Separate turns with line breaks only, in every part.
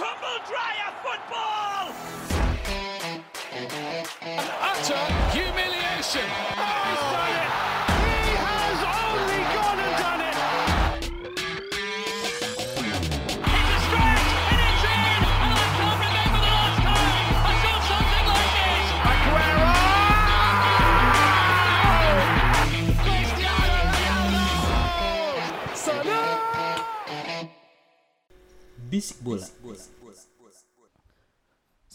Dryer football!
Utter humiliation.
It's a stretch, and it's in! And I can't remember the last time I saw something like this!
Bisik bola.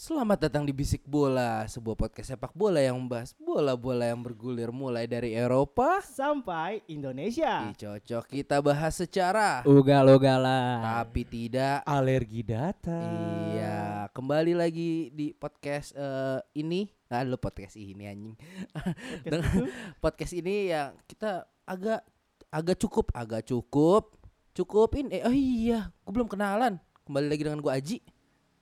Selamat datang di Bisik Bola, sebuah podcast sepak bola yang membahas bola-bola yang bergulir mulai dari Eropa.
sampai Indonesia.
Ih, cocok kita bahas secara,
Ugal-ugalan.
tapi tidak.
Alergi data.
Iya, kembali lagi di podcast eh, ini. Nah, lu podcast ini anjing. Dengan podcast ini ya kita agak agak cukup, agak cukup. Cukupin eh oh iya, gue belum kenalan. Kembali lagi dengan gue Aji.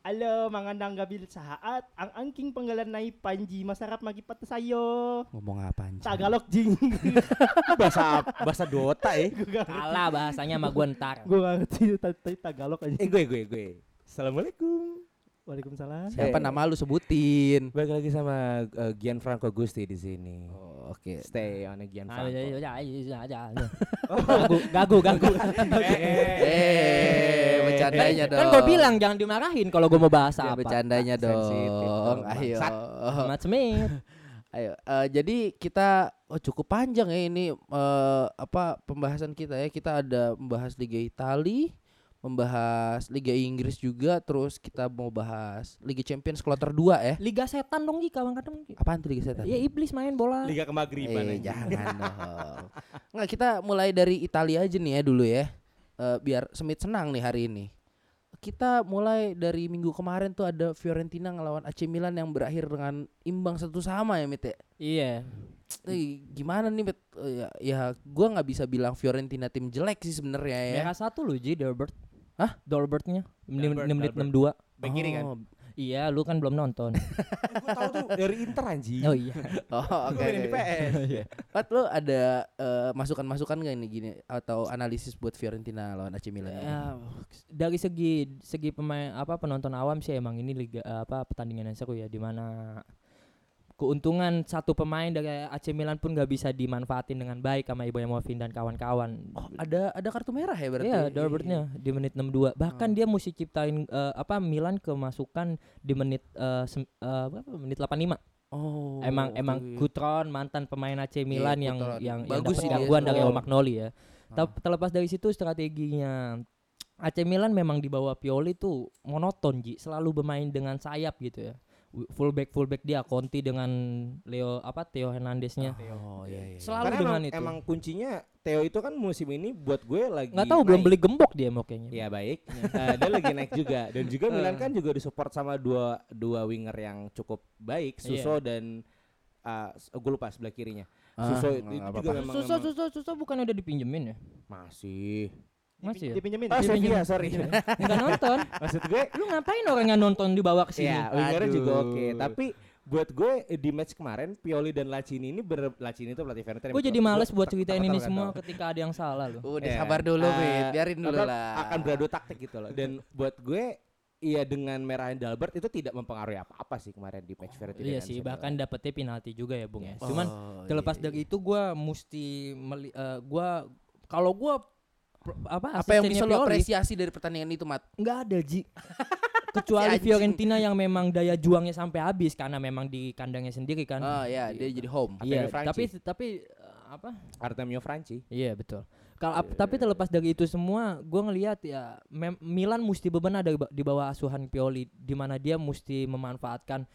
Halo mga nanggabil sahaat, ang angking panggalanay Panji, masarap magipat sayo.
Ngomong apaan? Cing?
Tagalog jing.
bahasa bahasa Dota ya.
Gua gak-
Salah bahasanya sama gue ntar.
gua gak ngerti ta- ta- Tagalog aja.
Eh gue gue gue. Assalamualaikum.
Waalaikumsalam.
Siapa
Eh.
nama lu sebutin?
Balik lagi sama uh, Gianfranco Gusti di sini.
Oh, Oke.
Stay on a
Ah,
Gianfranco.
ya, ya, ya, ya, ya, ya, ya. Gagu, gagu, gagu.
eh,
Eh, bercandanya
Kan
dong.
gue bilang jangan dimarahin kalau gue mau bahas
Ya,
apa.
bercandanya
Ah, sensitif
dong.
dong,
Ayo.
bangsat.
Matt Smith.
Ayo. eh, jadi kita oh, cukup panjang ya ini eh, apa pembahasan kita ya. Kita ada membahas Liga Itali, membahas Liga Inggris juga, terus kita mau bahas Liga Champions kloter 2 ya.
Liga setan dong Ji, kawan kadang.
Apaan tuh Liga Setan?
Ya iblis main bola.
Liga kemagriban.
Eh,
anjing.
jangan dong. Nggak, kita mulai dari Italia aja nih ya dulu ya. Eh, biar Semit senang nih hari ini. Kita mulai dari minggu kemarin tuh ada Fiorentina ngelawan AC Milan yang berakhir dengan imbang satu sama ya Mit ya.
Iya.
Eh, gimana nih Mit? Eh, ya, ya gua nggak bisa bilang Fiorentina tim jelek sih sebenarnya ya.
Merah satu lu Ji Dolbert.
Hah?
Dolbertnya 6
Dolbert,
menit
Dolbert.
62.
Back kiri kan?
Oh,
Iya, lu kan belum nonton.
Gue tahu tuh dari Inter anjing.
Oh iya.
Oh, oke.
Gue mainin di
oke.
PS.
Pat, lu ada eh, masukan-masukan gak nih gini atau analisis buat Fiorentina lawan AC Milan? ini?
Ya, dari segi segi pemain apa penonton awam sih emang ini liga apa pertandingan yang seru ya di mana keuntungan satu pemain dari AC Milan pun gak bisa dimanfaatin dengan baik sama Ibrahimovic dan kawan-kawan.
Oh, ada ada kartu merah ya berarti.
Iya, Dorbertnya di menit 62.
Ah.
Bahkan dia mesti ciptain eh, apa Milan kemasukan di menit eh, sem- eh, berapa? menit 85.
Oh.
emang emang
oke. Iya,
Gutron mantan pemain AC Milan yang
Gutron.
yang
Bagus
yang
sih iya. Ah.
dapat
dia
gangguan dari
semalam.
Romagnoli ya. Tapi terlepas dari situ strateginya AC Milan memang di bawah Pioli tuh monoton Ji, selalu bermain dengan sayap gitu ya. W- Fullback fullback dia Conti dengan Leo apa Theo Hernandeznya.
Oh iya iya.
Selalu
Karena
dengan
emang,
itu.
emang kuncinya Theo itu kan musim ini buat gue lagi
nggak tahu
naik.
belum beli gembok dia mau kayaknya.
Iya,
Ya baik. Eh, dia lagi naik juga dan juga Milan kan juga disupport sama dua dua winger yang cukup baik, Suso dan eh, s- gue lupa sebelah kirinya.
Ah,
Suso
nggak
itu juga
apa-apa.
memang,
Susah
memang-
susah susah bukan udah dipinjemin ya?
masih.
Masih ya?
Dipinjemin.
Oh,
Dipinjemin.
Sevilla, sorry.
Enggak nonton.
Maksud gue
Lu ngapain orangnya nonton dibawa ke sini?
ya
Iya,
wingernya
Aduh.
juga oke, tapi buat gue eh, di match kemarin Pioli dan Lacini ini bener Lacini itu pelatih Fiorentina.
Gue jadi
Gua
males buat
tak-
ceritain
takut
ini
kalau
semua
nggak tahu.
ketika ada yang salah loh.
Udah
Ya,
sabar dulu,
eh,
Wit. Biarin dulu
apa,
lah.
Akan beradu taktik gitu loh. Dan buat gue Iya dengan merahin Dalbert itu tidak mempengaruhi apa-apa sih kemarin di match Fiorentina.
Iya
dan
sih,
Sevilla.
bahkan dapetnya penalti juga ya, Bung ya.
Yes.
Cuman
Oh,
terlepas
iya,
dari itu gua mesti meli- eh, gua kalau gua pr- apa
iya. apa yang bisa
asistennya
lo
Pioli,
apresiasi dari pertandingan itu, Mat?
Nggak ada, Ji.
Si
Kecuali
anjing.
Fiorentina yang memang daya juangnya sampai habis karena memang di kandangnya sendiri kan.
Oh ya, dia jadi home.
Iya,
Artemio Franchi.
tapi tapi eh, apa?
Artemio Franchi.
Iya, betul. Kalau ap- tapi terlepas dari itu semua, gua ngelihat ya mem- Milan mesti bebenah dari ba- di bawah asuhan Pioli di mana dia mesti memanfaatkan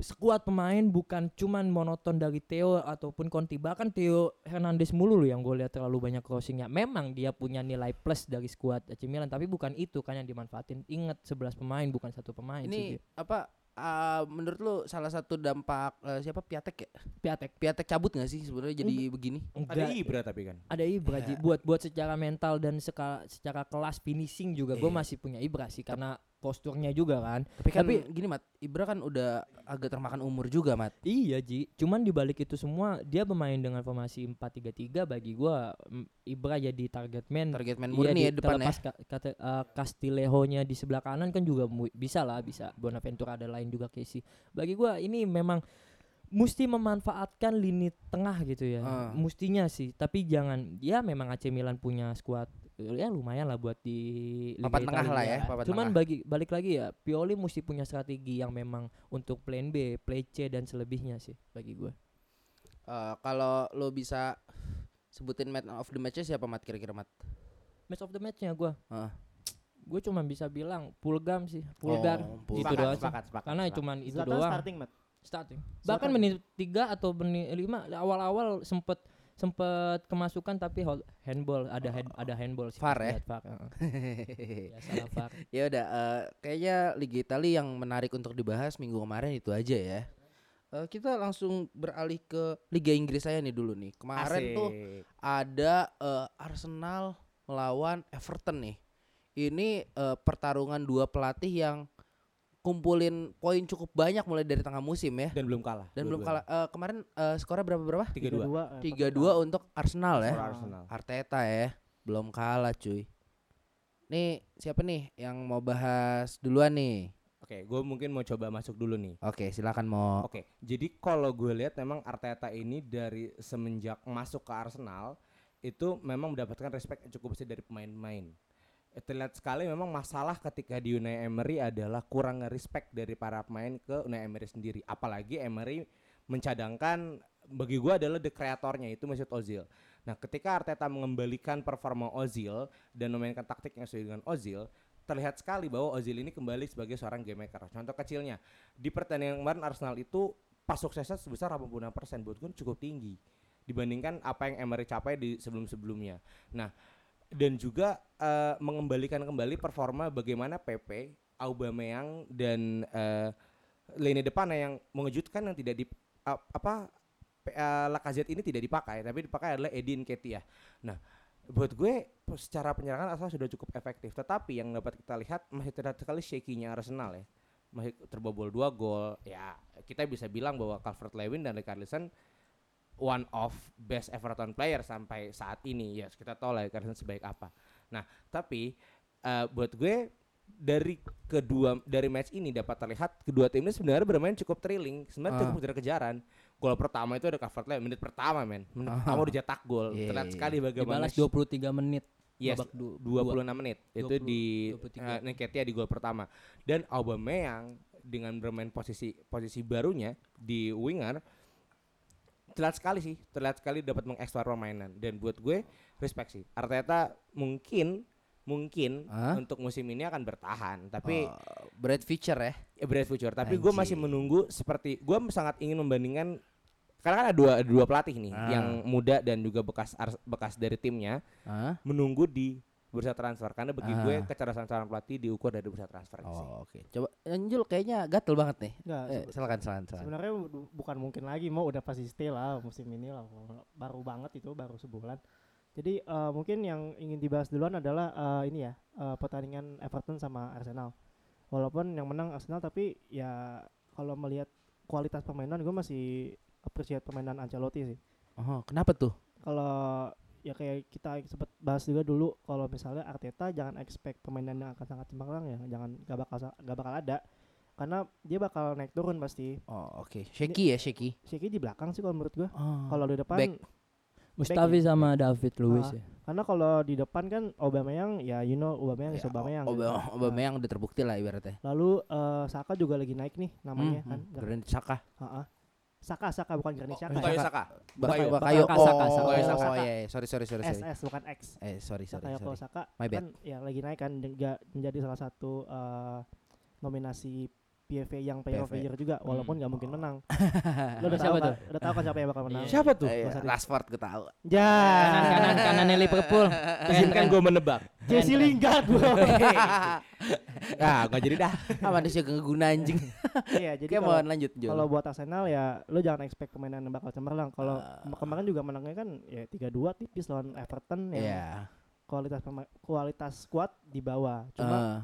skuad pemain bukan cuman monoton dari Theo ataupun Conti bahkan Theo Hernandez mulu loh yang gue lihat terlalu banyak crossingnya memang dia punya nilai plus dari skuad AC Milan tapi bukan itu kan yang dimanfaatin ingat 11 pemain bukan satu pemain
Ini
sih
apa ah, menurut lu salah satu dampak eh, siapa Piatek ya?
Piatek
Piatek cabut gak sih sebenarnya jadi begini?
Ada
enggak
Ibra tapi kan.
ada Ibra Ji. buat buat secara mental dan seka- secara kelas finishing juga gue masih punya Ibra sih karena posturnya juga kan
Tapi kan
Tapi-
gini, Mat. Ibra kan udah agak termakan umur juga, Mat.
Iya Ji, cuman dibalik itu semua dia bermain dengan formasi 4-3-3 bagi gua mm, Ibra jadi target man.
Target man
Iya,
murni ya
di-
depan ya.
terlepas Ka, kata, eh, Castillejo-nya di sebelah kanan kan juga mu- bisa lah bisa. Bonaventura ada lain juga Casey. Bagi gua ini memang mesti memanfaatkan lini tengah gitu ya.
Ah.
Mustinya sih, tapi jangan ya memang AC Milan punya skuad eh, ya lumayan lah buat di Liga
Papan tengah
Italia.
lah ya, papan
Cuman
tengah.
bagi balik lagi ya, Pioli mesti punya strategi yang memang untuk plan B, play C dan selebihnya sih bagi gua.
Eh, kalau lo bisa sebutin man of the match siapa mat kira-kira mat?
Match of the match-nya gua.
Heeh.
Gue cuman bisa bilang Pulgam sih, Pulgar.
Oh,
Itu
Pulgar.
doang sih.
sepakat, sepakat,
Karena
sepakat.
cuman itu
Nah, Zlatan
doang.
starting mat.
Starting. Bahkan menit 3 atau menit 5 awal-awal sempet sempet kemasukan tapi hold- handball ada hand- ada handball sih.
VAR
pas
ya?
lihat VAR, heeh. Ya, salah VAR.
ya udah eh, kayaknya Liga Italia yang menarik untuk dibahas minggu kemarin itu aja ya. Eh, kita langsung beralih ke Liga Inggris saya nih dulu nih. Kemarin tuh
Asik.
ada eh, Arsenal melawan Everton nih. Ini eh, pertarungan dua pelatih yang kumpulin poin cukup banyak mulai dari tengah musim ya.
dan belum kalah.
Dan belum kalah
dua-duanya.
eh, kemarin eh, skornya berapa berapa?
3-2.
3-2.
3-2 untuk Arsenal ya.
Skor Arsenal.
Arteta ya, belum kalah cuy. Nih, siapa nih yang mau bahas duluan nih?
Oke, gue mungkin mau coba masuk dulu nih.
Oke, silakan mau.
Oke, jadi kalau gue lihat memang Arteta ini dari semenjak masuk ke Arsenal itu memang mendapatkan respect yang cukup besar dari pemain-pemain. Eh, Terlihat sekali memang masalah ketika di Unai Emery adalah kurang respect dari para pemain ke Unai Emery sendiri. Apalagi Emery mencadangkan bagi gue adalah the kreatornya itu Mesut Ozil. Nah, ketika Arteta mengembalikan performa Ozil dan memainkan taktik yang sesuai dengan Ozil, terlihat sekali bahwa Ozil ini kembali sebagai seorang game maker. Contoh kecilnya, di pertandingan kemarin Arsenal itu pas suksesnya sebesar 86% buat gue cukup tinggi dibandingkan apa yang Emery capai di sebelum-sebelumnya. Nah, dan juga eh, mengembalikan kembali performa bagaimana PP, Aubameyang dan eh, lini depannya yang mengejutkan yang tidak di ap- apa P- eh, Lacazette ini tidak dipakai tapi dipakai adalah Edin Ketia. Nah, buat gue secara penyerangan Arsenal sudah cukup efektif tetapi yang dapat kita lihat masih terlihat sekali shaky-nya Arsenal ya masih terbobol dua gol ya kita bisa bilang bahwa Calvert Lewin dan Richarlison one of best Everton player sampai saat ini ya kita tahu lah Richarlison sebaik apa nah tapi eh, buat gue dari kedua dari match ini dapat terlihat kedua tim ini sebenarnya bermain cukup thrilling sebenarnya
Ah.
cukup kejar-kejaran gol pertama itu ada Calvert Lewin menit pertama men menit
Ah.
pertama udah cetak gol
Iya,
terlihat
iya,
sekali bagaimana
Dibalas 23 menit.
Yes,
babak du- dua.
26 menit itu
20,
di
23.
eh, Nketiah di gol pertama dan Aubameyang dengan bermain posisi posisi barunya di winger terlihat sekali sih terlihat sekali dapat mengeksplor permainan dan buat gue respect sih Arteta mungkin mungkin
Hah?
untuk musim ini akan bertahan tapi
Oh, Brad Fischer ya.
ya, bright future tapi gue masih
Anjing.
menunggu seperti gue sangat ingin membandingkan karena kan ada dua ada dua pelatih nih
Ah.
yang muda dan juga bekas Ars- bekas dari timnya
Hah?
menunggu di bursa transfer karena bagi gue
Ah.
kecerdasan seorang pelatih diukur dari bursa transfer sih.
Oh, oke. Coba Anjul kayaknya gatel banget nih.
Enggak,
Eh,
sebe-
silakan, silakan, silakan.
Ah, sebenarnya bu- bukan mungkin lagi mau udah pasti stay lah musim ini lah baru banget itu baru sebulan. Jadi eh, mungkin yang ingin dibahas duluan adalah eh, ini ya eh, pertandingan Everton sama Arsenal. Walaupun yang menang Arsenal tapi ya kalau melihat kualitas permainan gue masih appreciate permainan Ancelotti sih.
Oh, kenapa tuh?
kalau ya kayak kita sempat bahas juga dulu kalau misalnya Arteta jangan expect permainan yang akan sangat cemerlang ya jangan gak bakal gak bakal ada karena dia bakal naik turun pasti
Oh, oke. Shaky ya, shaky.
Shaky di belakang sih kalau menurut gua
Oh.
kalau di depan
Back.
Mustafi
Back ya?
sama David Luiz
Ah.
ya.
karena kalau di depan kan Aubameyang ya you know Aubameyang is
Ya,
Aubameyang
Ob-
gitu.
Aubameyang udah terbukti lah ibaratnya.
lalu eh, Saka juga lagi naik nih namanya
Hmm,
kan
hmm. Granit Saka.
Heeh. Saka Saka bukan Granit ya. Saka
bukan
Saka.
Saka.
Bakayo,
Bukan,
Bakayo.
Saka, Saka,
Oh,
Saka.
Saka.
oh, iya, iya. sorry, sorry, sorry, sorry.
SS bukan X
Eh, sorry, sorry,
Saka Yoko
sorry.
Saka
My bad.
kan ya lagi naik kan dan ga- menjadi salah satu eh, nominasi PFA yang player of the
PFA.
year juga walaupun nggak
Oh.
mungkin menang. Lo udah tahu
Siapa
kan?
tuh?
Udah tahu kan siapa yang bakal menang?
Siapa tuh?
Eh,
Masa di-
Rashford gue tahu.
Ya.
Ah. Kanan kanan kanannya Liverpool.
Izinkan gue menebak.
Jesse Lingard bro.
Ah, nggak jadi dah.
Ah, manusia ngeguna anjing.
Iya, jadi
Oke,
kalau-
mohon lanjut, Jul.
kalau buat Arsenal ya lo jangan expect permainan yang bakal cemerlang. Kalau
Ah.
kemarin juga menangnya kan ya 3-2 tipis lawan Everton yang
Iya.
kualitas pema- kualitas squad di bawah. Cuma
Eh,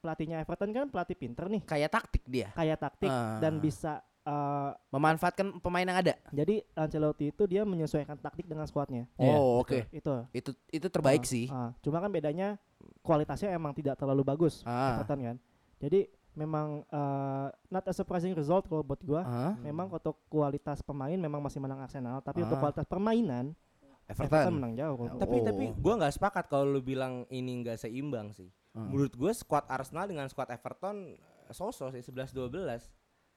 pelatihnya Everton kan pelatih pinter nih,
kayak taktik dia.
kayak taktik dan
Ah.
bisa eh,
memanfaatkan pemain yang ada.
jadi Ancelotti itu dia menyesuaikan taktik dengan skuadnya.
Iya,
oh, oke.
Itu.
Itu itu terbaik
Ah,
sih.
ah. cuma kan bedanya kualitasnya emang tidak terlalu bagus
Ah.
Everton kan. Jadi memang eh, not a surprising result kalau buat gua.
Ah,
Memang untuk kualitas pemain memang masih menang Arsenal, tapi untuk
Ah.
kualitas permainan Everton
Everton.
menang jauh. eh, kalau menurut
Tapi
gua.
tapi
Oh.
gue nggak sepakat kalau lu bilang ini nggak seimbang sih.
Hmm.
Menurut gue squad Arsenal dengan squad Everton eh, sosok sih 11-12.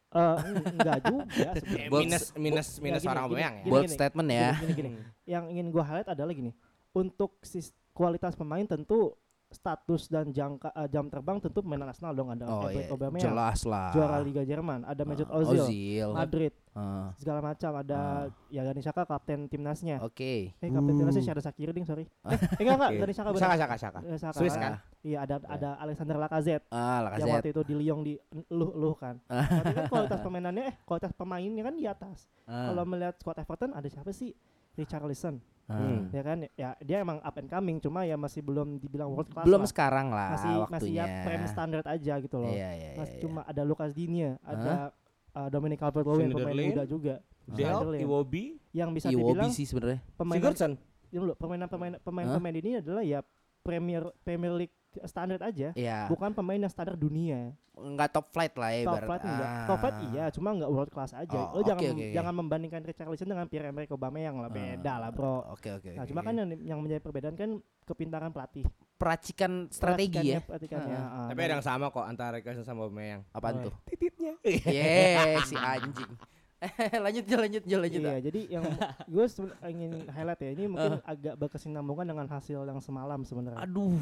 Eh, enggak juga sebenarnya.
Eh,
Buat-
minus minus
ya,
minus
gini,
orang
gini,
Aubameyang ya.
gini,
Bold statement ya.
Gini, gini, gini. Yang ingin gua highlight adalah gini. Untuk sis- kualitas pemain tentu status dan jangka eh, jam terbang tentu pemain Arsenal dong ada
Oh
Albert
iya,
Aubameyang,
jelas lah.
juara Liga Jerman, ada Mesut
Ah,
Ozil,
Ozil.
Madrid,
Ah, Oh.
segala macam ada ya Gani Saka kapten timnasnya.
Oke.
Eh kapten timnasnya Syahda Sakiri ding, sorry. Eh, enggak enggak
Oke.
Gani Saka
Saka
benar.
Saka Saka.
Eh, Saka.
Swiss kan?
Iya ada ada Alexander Lacazette yang
Ah, Lacazette.
waktu itu di Lyon di eluh eluh kan. Berarti kan kualitas pemainannya eh kualitas pemainnya kan di atas.
Ah,
Kalau melihat squad Everton ada siapa sih? Richarlison,
ah.
Hmm.
ya kan? Ya dia emang up and coming, cuma ya masih belum dibilang world class.
Belum
lah.
sekarang lah
masih masih
waktunya.
ya prem standar aja gitu loh.
Iya, iya,
Mas-
iya, iya.
Cuma ada Lucas Digne, ada uh, Dominic Calvert-Lewin pemain
Sunderland.
muda juga.
Del,
Sunderland.
Iwobi,
yang bisa
Iya, Iwobi
dibilang
sih sebenarnya.
pemainan
Sigurdsson.
ya dulu, pemainan pemain pemain
Hah?
pemain ini adalah ya Premier Premier League standar aja,
Iya.
bukan pemain yang standar dunia.
Enggak top flight lah ya
Top
ibarat.
flight enggak,
Ah.
top flight iya, cuma enggak world class aja. Lo
Oh,
jangan
oke, oke, oke.
jangan membandingkan Richarlison dengan Pierre-Emerick Aubameyang lah, beda lah, Bro.
Oke, oke.
Nah,
oke.
cuma kan yang, yang menjadi perbedaan kan kepintaran pelatih.
peracikan strategi
Perhatikannya-
ya.
perhatikannya, ah,
Tapi
nah,
ada yang sama kok antara Rikers sama Aubameyang.
ya, Apaan
Oh,
tuh?
Tititnya.
Yeay, si anjing. lanjut Jol, lanjut Jol, lanjut.
Iya, jadi yang gue seben- ingin highlight ya ini mungkin agak berkesinambungan dengan hasil yang semalam sebenarnya.
Ah. Aduh.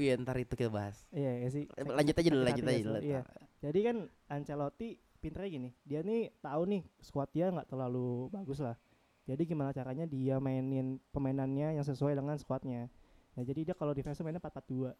Iya, ntar itu kita bahas.
Iya, iya sih.
Eh, Lanjut aja dulu, lanjut
Hati-hati
aja
ya,
dulu.
iya. Jadi kan Ancelotti pinternya gini, dia nih tahu nih squad dia nggak terlalu bagus lah. Jadi gimana caranya dia mainin pemainannya yang sesuai dengan squadnya. Nah, jadi dia kalau defense mainnya 4-4-2.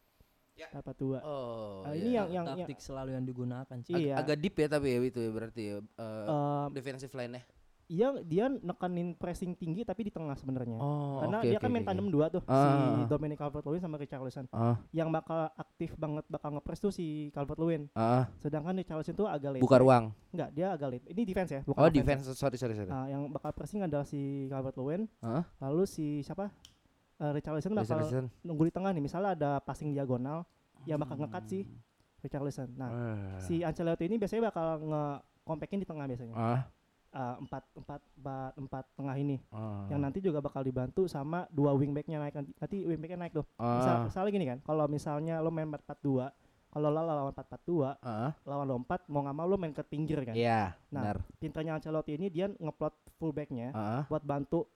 Ya.
4-4-2.
Oh.
Nah,
iya.
ini yang yang, yang
taktik selalu yang digunakan sih.
iya.
agak deep ya tapi ya itu ya berarti ya, eh,
eh,
defensive line-nya.
iya dia nekanin pressing tinggi tapi di tengah sebenarnya.
Oh,
Karena dia kan main tandem dua tuh
Ah.
si Dominic Calvert-Lewin sama Richarlison.
Ah,
Yang bakal aktif banget bakal ngepres tuh si Calvert-Lewin.
ah,
Sedangkan Richarlison tuh agak late.
buka ruang.
Enggak, dia agak late. Ini defense ya, bukan
Oh,
offense.
defense. Sorry, sorry, sorry. Ah,
Nah, yang bakal pressing adalah si Calvert Lewin.
Hah?
Lalu si siapa? Eh, Richarlison bakal
Richarlison.
nunggu di tengah nih. Misalnya ada passing diagonal, yang
Hmm.
bakal ngekat si Richarlison. Nah,
Ah.
si Ancelotti ini biasanya bakal ngekompakin di tengah biasanya.
Ah,
Eh, empat, empat, empat, empat tengah ini.
ah,
Yang nanti juga bakal dibantu sama dua wingbacknya naik. nanti- Nanti wingbacknya naik tuh. Misal,
ah,
misalnya gini kan, kalau misalnya lo main 4-4-2, kalau lo lawan 4-4-2,
ah.
lawan lo 4, mau nggak mau lo main ke pinggir kan.
Iya,
Nah,
benar.
Pinternya Ancelotti ini dia ngeplot fullbacknya.
Ah.
buat bantu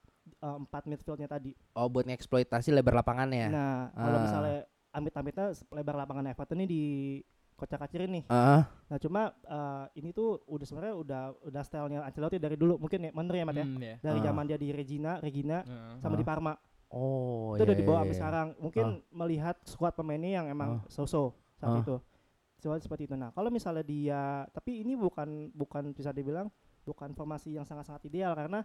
uh, empat midfieldnya tadi.
Oh, buat ngeksploitasi lebar lapangannya.
Nah, kalau
Ah.
misalnya amit-amitnya se- lebar lapangan Everton ini di kocak kacirin nih.
Ah,
Nah, cuma uh, ini tuh udah sebenarnya udah udah stylenya Ancelotti dari dulu mungkin ya, bener ya Mat ya.
Hmm, ya.
Dari
Ah.
zaman dia di Regina, Regina
Heeh.
sama di
Ah.
Parma.
oh,
itu
iya,
udah dibawa
iya,
sampai
iya.
sekarang. Mungkin melihat squad pemainnya yang emang so-so saat
Ah.
itu. Soal seperti itu. Nah, kalau misalnya dia tapi ini bukan bukan bisa dibilang bukan formasi yang sangat-sangat ideal karena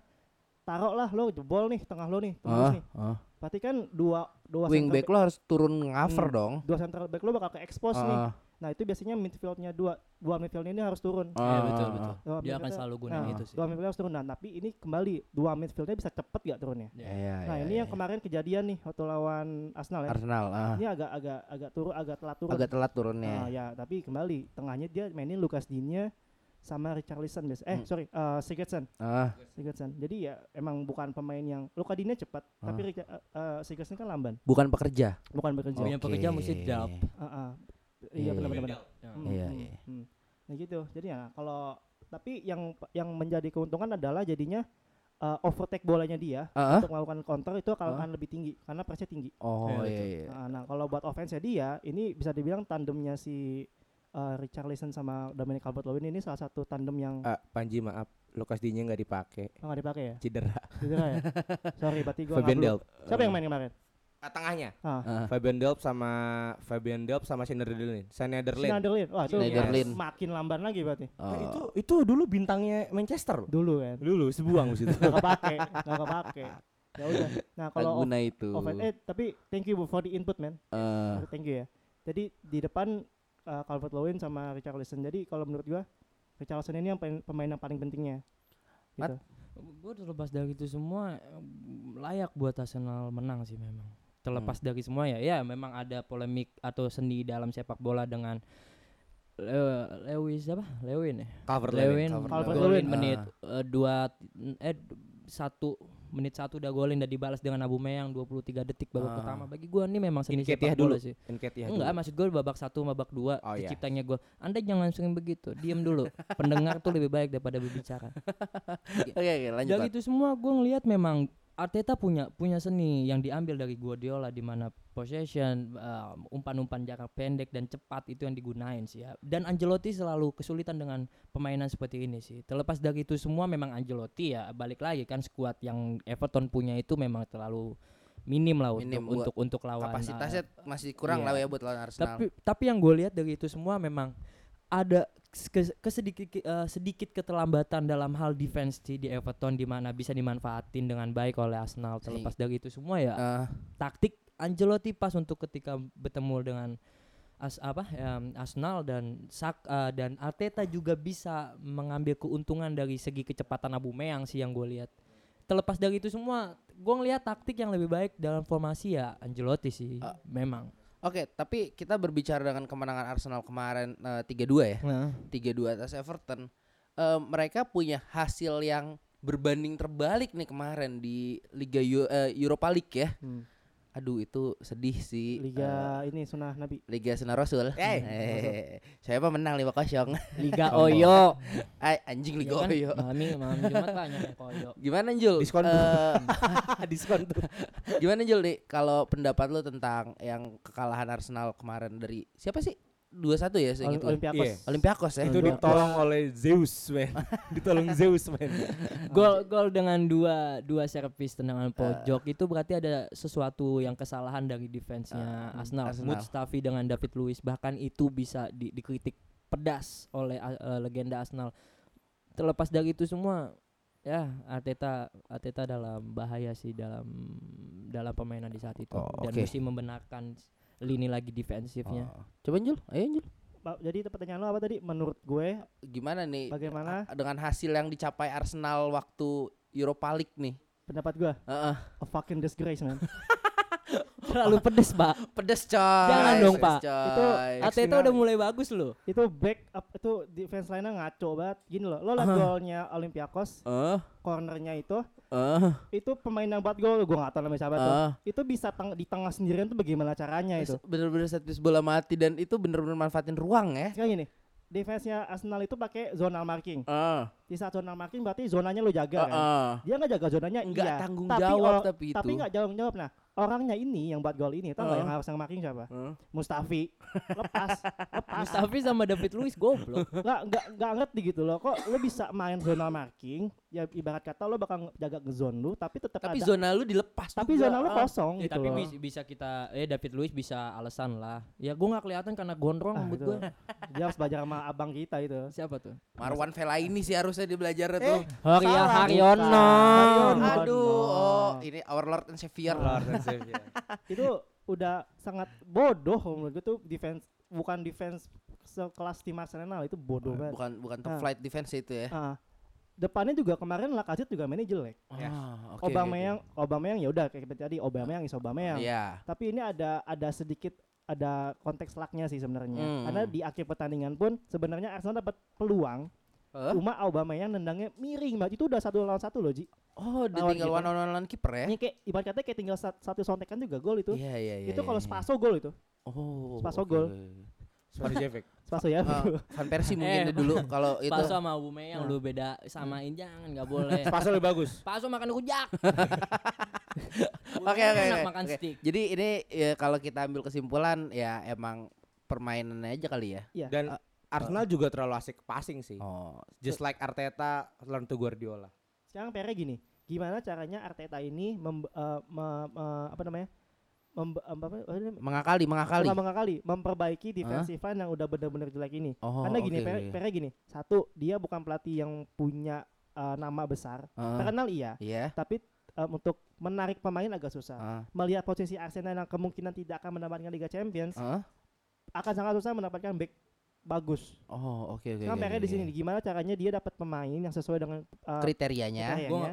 taruhlah lo jebol nih tengah lo nih, tembus
Ah,
nih.
ah.
Berarti kan dua dua
Wingback
center
lo harus turun cover
Hmm.
dong.
back- dua center back lo bakal ke expose nih.
Ah,
Nah, itu biasanya midfieldnya dua dua midfieldnya ini harus turun.
ah,
Iya, betul,
ah,
betul.
ah.
Dua
Dia akan
midfieldnya-
selalu gunain
nah,
itu sih.
Dua midfield harus turun. Nah, tapi ini kembali dua midfieldnya bisa cepet gak turunnya?
Iya.
Iya,
Nah,
iya,
ini
iya.
yang kemarin kejadian nih waktu lawan Arsenal ya.
Arsenal ah.
Ini agak agak agak turun agak telat turun.
agak iya. telat turunnya.
Nah, ya, tapi kembali tengahnya dia mainin Lucas Digne sama Richarlison biasa. Eh,
Hmm.
sorry, eh Sigurdsson.
Ah,
Sigurdsson. Jadi ya emang bukan pemain yang Lucas Digne cepat, tapi
Ah.
Richa- eh, eh, Sigurdsson kan lamban,
bukan pekerja.
bukan bekerja.
Punya pekerja mesti
Oke.
dap.
Ah, ah. Iya
Iya,
benar
iya.
benar. benar.
Ya.
Hmm,
Iya,
hmm,
iya.
hmm. Nah gitu. Jadi ya kalau tapi yang yang menjadi keuntungan adalah jadinya eh, overtake bolanya dia
Ah, ah.
untuk melakukan counter itu akan,
Ah.
akan lebih tinggi karena pressnya tinggi.
Oh,
Iya,
iya,
betul.
iya.
Nah, nah, kalau buat offense dia ini bisa dibilang tandemnya si eh, Richarlison sama Dominic Calvert-Lewin ini salah satu tandem yang
Ah, Panji maaf, Lukas Dinya nggak dipakai.
oh, nggak dipakai ya.
Cedera.
Cedera ya. Sorry, berarti gua
Fabian
nggak perlu.
Delp.
Siapa yang main kemarin?
Ah, tengahnya.
Ah.
Ah.
Fabian Delp sama Fabian Delp sama Schneiderlin. Schneiderlin.
Schneiderlin. Wah, itu
Schneiderlin.
makin lamban lagi berarti.
Nah,
Oh.
itu itu dulu bintangnya Manchester loh.
Dulu kan.
Dulu sebuang di situ.
Nggak kepake, nggak kepake. Ya udah. Nah, kalau
Nggak guna itu.
Offense, eh tapi thank you for the input man.
Eh,
eh, Thank you ya. Jadi di depan Calvert Lewin sama Richarlison. Jadi kalau menurut gua Richarlison ini yang pen- pemain yang paling pentingnya. Gitu.
Mat,
Gue terlepas dari itu semua em, layak buat Arsenal menang sih memang. Terlepas
Hmm.
dari semua ya, ya memang ada polemik atau seni dalam sepak bola dengan Le- Lewis apa? Lewin ya.
Cover
Lewin,
Calvert
golin
Lewin.
ah.
menit eh, dua eh satu menit satu udah golin dan dibalas dengan Abu Meyang 23 detik babak
Ah.
pertama. Bagi gua nih memang seni
Nketiah
sepak bola
dulu.
sih.
Enketia
Enggak, maksud gue babak satu, babak dua,
Oh, iya.
diciptanya gue. Anda jangan sering begitu, diam dulu. Pendengar tuh lebih baik daripada berbicara.
Oke, oke, lanjut.
Dari
Mat.
itu semua gue ngelihat memang Arteta punya punya seni yang diambil dari Guardiola di mana possession, um, umpan-umpan jarak pendek dan cepat itu yang digunain sih ya. Dan Ancelotti selalu kesulitan dengan pemainan seperti ini sih. Terlepas dari itu semua memang Ancelotti ya balik lagi kan skuad yang Everton punya itu memang terlalu minim lah untuk
Minim buat
untuk untuk lawan uh,
Kapasitasnya masih kurang lah
iya.
ya buat lawan Arsenal.
tapi tapi yang gue lihat dari itu semua memang ada kesedikit sedikit keterlambatan dalam hal defense di, di Everton di mana bisa dimanfaatin dengan baik oleh Arsenal terlepas dari itu semua ya
Eh,
taktik Ancelotti pas untuk ketika bertemu dengan as apa em, Arsenal dan Sak eh, dan Arteta juga bisa mengambil keuntungan dari segi kecepatan Abu Meyang sih yang gue lihat terlepas dari itu semua gue ngelihat taktik yang lebih baik dalam formasi ya Ancelotti sih
Ah.
memang
Oke, tapi kita berbicara dengan kemenangan Arsenal kemarin eh, 3-2 ya.
nah.
3-2 atas Everton. Eh, mereka punya hasil yang berbanding terbalik nih kemarin di Liga Eu- eh, Europa League ya.
Hmm.
Aduh, itu sedih sih. Eh,
Liga ini Sunnah Nabi.
Liga Sunnah Rasul.
Eh,
Eh, siapa menang 5-0?
Liga
Sombong.
Oyo
Ay, anjing
Iya
Liga
kan?
Oyo.
Mami, mami Jumat banyak yang koyo.
Gimana Jul?
Diskon dulu.
Eh,
diskon tuh.
gimana Jul nih kalau pendapat lu tentang yang kekalahan Arsenal kemarin dari siapa sih? 2-1 ya
Olim-
seingat lu.
Olympiakos.
Iya.
Olympiakos ya.
Itu ditolong oleh Zeus, men. ditolong Zeus, men.
Nah,
Gol gol dengan dua dua servis
Eh.
tendangan pojok itu berarti ada sesuatu yang kesalahan dari defense-nya
Ah,
Arsenal.
Arsenal.
Mustafi dengan David Luiz bahkan itu bisa di- dikritik pedas oleh ah, eh, legenda Arsenal. Terlepas dari itu semua ya Arteta Arteta dalam bahaya sih dalam dalam pemainan di saat itu
Oh,
dan
oke.
mesti membenarkan lini lagi defensifnya.
Oh. Coba Jul, ayo Jul.
Ba- Jadi pertanyaan lo apa tadi? Menurut gue
Gimana nih
Bagaimana?
a- dengan hasil yang dicapai Arsenal waktu Europa League nih?
pendapat gue
Heeh.
a fucking disgrace man.
Terlalu pedes, Pak.
Pedes coy.
Jangan dong,
Pedes,
Pak.
coy.
Itu
Arteta udah mulai bagus loh.
itu back up itu defense line-nya ngaco banget. Gini loh, lo
Ah.
liat golnya Olympiakos,
Eh,
cornernya itu,
eh,
itu pemain yang buat gol, gue gak tau namanya siapa tuh.
eh.
Itu bisa teng- di tengah sendirian tuh bagaimana caranya itu.
Bener-bener set piece bola mati dan itu bener-bener manfaatin ruang ya.
Sekarang gini, defense-nya Arsenal itu pakai zonal marking.
Heeh.
Di saat zonal marking berarti zonanya lo jaga kan.
Heeh.
Dia nggak jaga zonanya,
Ah, eh, Nggak
iya.
tanggung
Tapi
jawab
or-
tapi gitu. itu.
Tapi nggak tanggung jawab. Nah, orangnya ini yang buat gol ini, tau nggak
Heeh.
yang harus yang marking siapa?
Heeh.
Mustafi. Lepas, lepas.
Mustafi sama David Luiz goblok.
nggak nggak nggak ngerti gitu loh kok lo bisa main zona marking ya ibarat kata lo bakal nge- jaga ke zone lu tapi tetap
Tapi
ada
zona lu dilepas
tapi
juga.
zona lu
Ah.
kosong
Ya,
gitu
tapi
loh
bis- bisa kita eh David Luiz bisa alasan lah. Ya gua nggak kelihatan karena gondrong
Ah,
rambut
itu.
gua.
dia harus belajar sama abang kita itu
Siapa tuh?
Marwan Vela ini sih harusnya dia
Eh,
Eh.
belajarnya tuh.
Horia
Salah.
Haryono.
Haryono.
Aduh,
no.
oh ini Our Lord and Savior.
ya.
itu udah sangat bodoh kalau menurut gue tuh defense bukan defense sekelas tim Arsenal itu bodoh banget
Eh, Bukan bukan top
Ah.
flight defense itu ya.
Ah, depannya juga kemarin Lacazette juga mainnya jelek
Ya.
Ah, oke, oke,
Nah. Aubameyang ya. Aubameyang ya udah kayak tadi Aubameyang is
oke.
Aubameyang
Iya.
tapi ini ada ada sedikit ada konteks lucknya sih sebenarnya
Hmm.
karena di akhir pertandingan pun sebenarnya Arsenal dapat peluang
Hah?
cuma Aubameyang nendangnya miring banget itu udah satu lawan satu loh Ji
Oh,
Uh,
dia
Lawan
tinggal
kita.
one on one lawan kiper ya.
ini kayak ibarat kata kayak tinggal sat- satu sontekan juga gol itu
Iya, iya, iya.
gitu, itu
iya,
kalau
iya.
Spaso gol itu
Oh.
Spaso
oke,
gol.
oke, oke.
Spasojevik.
Spaso ya
Ah, Van Persie mungkin
Eh,
dia dulu kalau itu.
Paso sama Aubameyang
Nah.
lu beda samain jangan nggak boleh.
Spaso lebih bagus.
Paso makan rujak.
Oke, oke,
Enak
oke,
makan
oke.
stick.
Jadi ini ya, kalau kita ambil kesimpulan ya emang permainannya aja kali ya.
Dan Arsenal juga terlalu asik passing
Iya.
sih.
Oh.
Just like Arteta learn to Guardiola.
sekarang PR gini gimana caranya Arteta ini mem- eh, me- me- apa namanya Mem- apa, apa, apa namanya? eh,
Mengakali, mengakali.
Bukan mengakali, memperbaiki defensive line yang udah bener-bener jelek ini
Oh,
karena gini
oke,
PR,
oke.
PR gini satu dia bukan pelatih yang punya eh, nama besar
Ah,
terkenal iya
Iya.
tapi em, untuk menarik pemain agak susah.
Ah,
Melihat posisi Arsenal yang kemungkinan tidak akan mendapatkan Liga Champions,
ah.
akan sangat susah mendapatkan back bagus.
Oh, oke oke.
Sekarang
oke,
PR-nya
oke,
di sini
oke.
gimana caranya dia dapat pemain yang sesuai dengan uh,
kriterianya
kriterianya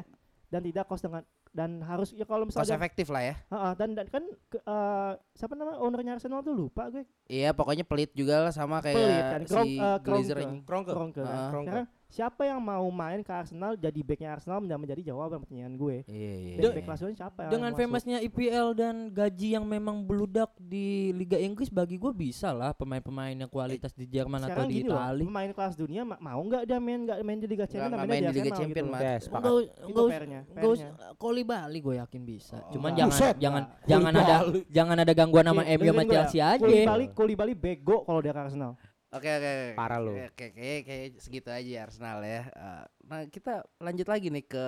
dan tidak kos dengan dan harus ya kalau
cost
misalnya
efektif lah ya.
Heeh, dan dan kan ke- eh, siapa nama ownernya Arsenal tuh lupa gue
Iya, pokoknya pelit juga lah sama kayak
Pelit kan, Kron-
si
eh, Kronke.
Glazer ini.
Krongke.
Kronke kan.
Ah.
Krongke.
Sekarang siapa yang mau main ke Arsenal jadi backnya Arsenal dan menjadi jawaban pertanyaan gue
Iya, iya.
Back-
iya.
back langsung siapa yang
Dengan
masuk?
famousnya IPL dan gaji yang memang beludak di Liga Inggris bagi gue bisa lah pemain-pemain yang kualitas di Jerman atau
sekarang
di
gini loh
Itali.
pemain kelas dunia ma- mau nggak dia main nggak main di Liga Champions
Nggak- nggak
mainnya
main di Liga
Arsenal
Champions,
gitu
Mas.
loh.
Yes,
Enggak
sepakat.
us- enggak us-
PR-nya,
enggak us-
PR-nya.
Koli Bali gue yakin bisa.
Oh,
Cuman
enggak.
jangan
Buset,
jangan
enggak.
jangan ada
Koulibaly.
jangan ada gangguan sama
Oke,
MU sama
dengerin gue ya.
Chelsea aja.
Koulibaly, Koulibaly bego kalau dia ke Arsenal.
Oke oke. oke.
Parah lu.
Oke oke, kayak kayak segitu aja ya Arsenal ya. Eh, nah kita lanjut lagi nih ke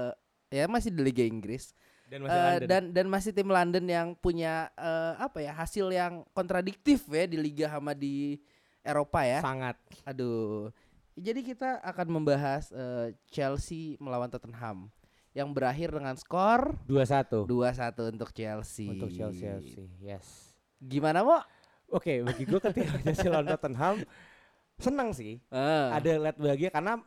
ya masih di Liga Inggris
Dan
Eh,
London.
dan dan masih tim London yang punya eh, apa ya hasil yang kontradiktif ya di Liga sama di Eropa ya.
sangat
Aduh. Jadi kita akan membahas eh, Chelsea melawan Tottenham yang berakhir dengan skor
2-1
2-1 untuk Chelsea.
untuk Chelsea FC. Yes.
Gimana, Mo?
Oke, bagi gue ketika Chelsea lawan Tottenham senang sih.
Eh,
Ada lihat bahagia karena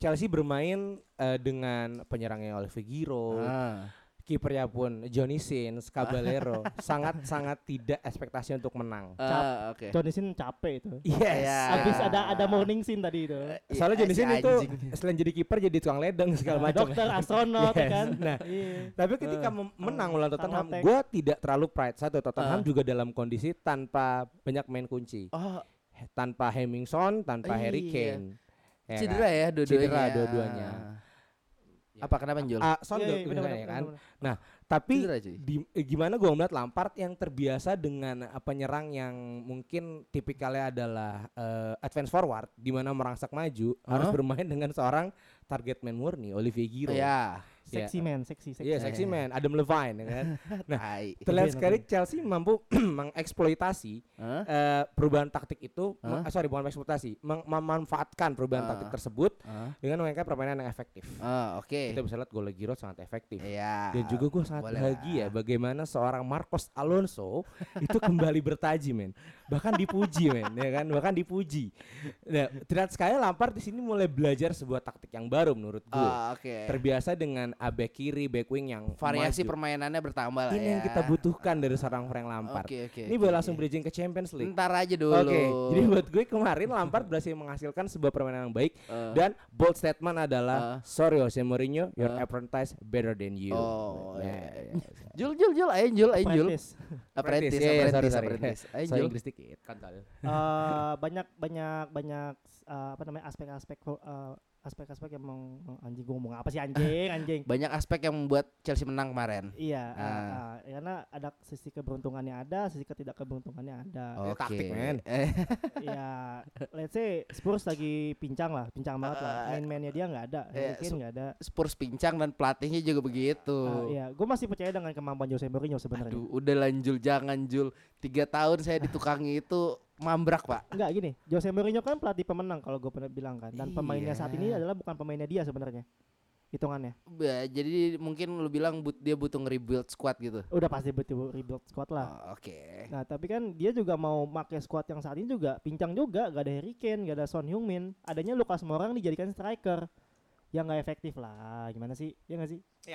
Chelsea bermain eh, dengan penyerangnya Oliver Giroud,
eh.
kipernya pun Johnny Sins, Caballero, sangat sangat tidak ekspektasi untuk menang.
Eh,
Cap-
oke.
Johnny Sin capek itu.
Yes.
Ya.
Habis ada ada morning scene tadi itu.
Eh, iya,
Soalnya Johnny
si
Sins itu
anjing.
selain jadi kiper jadi tukang ledeng segala macam.
Dokter astronot ya
Yes.
kan.
Nah,
Iya.
Tapi ketika mem- menang ulang
sama
Tottenham,
Tek.
gue tidak terlalu pride. Satu Tottenham
Eh.
Ah.
juga dalam kondisi tanpa banyak main kunci,
Oh,
He- tanpa
Eh,
Hemingson, tanpa Harry
Iya.
Kane. Ya
cedera
kan?
ya dua-duanya.
Cedera dua-duanya.
Apa kenapa Jul?
Ah, Son
Iya,
juga
iya,
misalnya
benar-benar,
ya kan.
benar-benar. iya.
Tapi
Cedera, cuy.
di- eh, gimana gue melihat Lampard yang terbiasa dengan eh, penyerang yang mungkin tipikalnya adalah eh, advance forward, di mana merangsak maju harus
Hah?
bermain dengan seorang target man murni, Olivier Giroud.
Iya.
Iya.
Sexy man, sexy sexy.
Iya, sexy man, Adam Levine, ya kan. Nah,
Tai.
Terlihat
Iya,
sekali Chelsea mampu mengeksploitasi
Hah?
eh, perubahan taktik itu,
Hah?
eh, sorry bukan eksploitasi, mem- memanfaatkan
Ah.
perubahan taktik tersebut
Hah?
dengan memainkan permainan yang efektif.
Ah, oke.
Kita bisa lihat gol Giroud sangat efektif.
Iya.
Dan juga gue sangat
boleh
bahagia
lah.
bagaimana seorang Marcos Alonso itu kembali bertaji men, bahkan dipuji men, ya kan, bahkan dipuji. Nah, terlihat sekali Lampard di sini mulai belajar sebuah taktik yang baru menurut gue.
Ah, oke.
Terbiasa dengan ah, back kiri, back wing yang
Variasi
maju.
permainannya bertambah lah
Ini
ya.
yang kita butuhkan dari seorang Frank Lampard.
Oke, oke.
Ini
oke,
boleh
oke.
langsung bridging ke Champions League.
Ntar aja dulu.
Oke, jadi buat gue kemarin Lampard berhasil menghasilkan sebuah permainan yang baik
Eh,
dan bold statement adalah
Ah.
sorry Jose Mourinho, your
Ah.
apprentice better than you.
Oh, iya,
Ya, ya, ya.
Jul, Jul, Jul, ayo Jul, ayo Jul.
Practice.
Apprentice,
Iya, iya, sorry,
apprentice,
sorry.
apprentice. Ayo
Soal
Jul.
Inggris dikit, kontol.
Eh, banyak banyak banyak eh, apa namanya aspek-aspek eh, aspek-aspek yang meng, meng- anjing gue ngomong apa sih anjing anjing
Banyak aspek yang membuat Chelsea menang kemarin.
iya eh,
Ah.
eh, karena ada sisi keberuntungannya ada sisi ketidak keberuntungannya ada
Oke.
taktik, men.
Eh,
ya let's say Spurs lagi pincang lah pincang banget lah
Ah.
Eh,
main-mainnya dia nggak ada
Iya,
eh,
Harry Kane
Sup-
nggak ada
Spurs pincang dan pelatihnya juga begitu.
Ah,
Eh, iya gue masih percaya dengan kemampuan Jose Mourinho sebenarnya
gitu.
Aduh, udah lanjul jangan Jul. Tiga tahun saya ditukangi itu mambrak pak.
Enggak gini, Jose Mourinho kan pelatih pemenang kalau gue pernah bilang kan. Dan pemainnya saat ini
Iya.
adalah bukan pemainnya dia sebenarnya. Hitungannya.
Ba- jadi mungkin lu bilang but, dia butuh nge-rebuild squad gitu.
Udah pasti butuh rebuild squad lah.
Ah.
Oh, Oke.
Nah, tapi kan dia juga mau pakai squad yang saat ini juga pincang juga, gak ada Harry Kane, gak ada Son Heung-min. Adanya Lucas Moura yang dijadikan striker. yang nggak efektif lah. Gimana sih? Ya nggak sih?
Eh,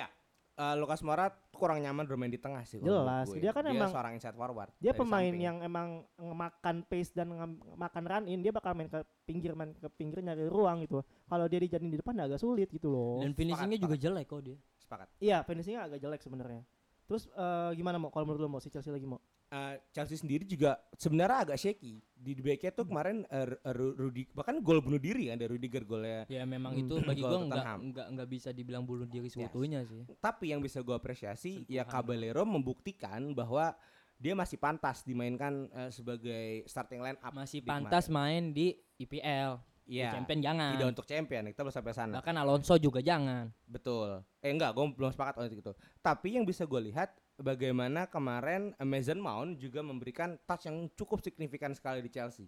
Lucas Moura kurang nyaman bermain di tengah sih. kalau
Jelas,
menurut gue.
dia kan emang-
seorang inside forward.
Dia
dari
pemain
samping.
yang emang makan pace dan ngam- makan run in, dia bakal main ke pinggir main ke pinggir nyari ruang gitu. Kalau dia dijadiin di depan agak sulit gitu loh.
Dan finishingnya juga jelek kok dia.
sepakat.
Iya, finishingnya agak jelek sebenarnya. Terus eh, gimana mau? Kalau menurut lo mau si Chelsea lagi mau?
Eh, Chelsea sendiri juga sebenarnya agak shaky di di backnya tuh kemarin eh, Ru- Ru- Rudi bahkan gol bunuh diri kan dari Rudiger golnya
Ya memang
Hmm.
itu bagi
Gol
gue nggak
Tottenham.
nggak nggak bisa dibilang bunuh diri seutuhnya sih.
tapi yang bisa gue apresiasi ya
Sentuhan.
Caballero membuktikan bahwa dia masih pantas dimainkan eh, sebagai starting line up
Masih
di
pantas main di IPL,
kemarin. Iya.
di Champion jangan.
tidak untuk champion kita belum sampai sana
Bahkan Alonso juga jangan.
betul eh enggak gue belum sepakat untuk itu tapi yang bisa gue lihat bagaimana kemarin eh, Mason Mount juga memberikan touch yang cukup signifikan sekali di Chelsea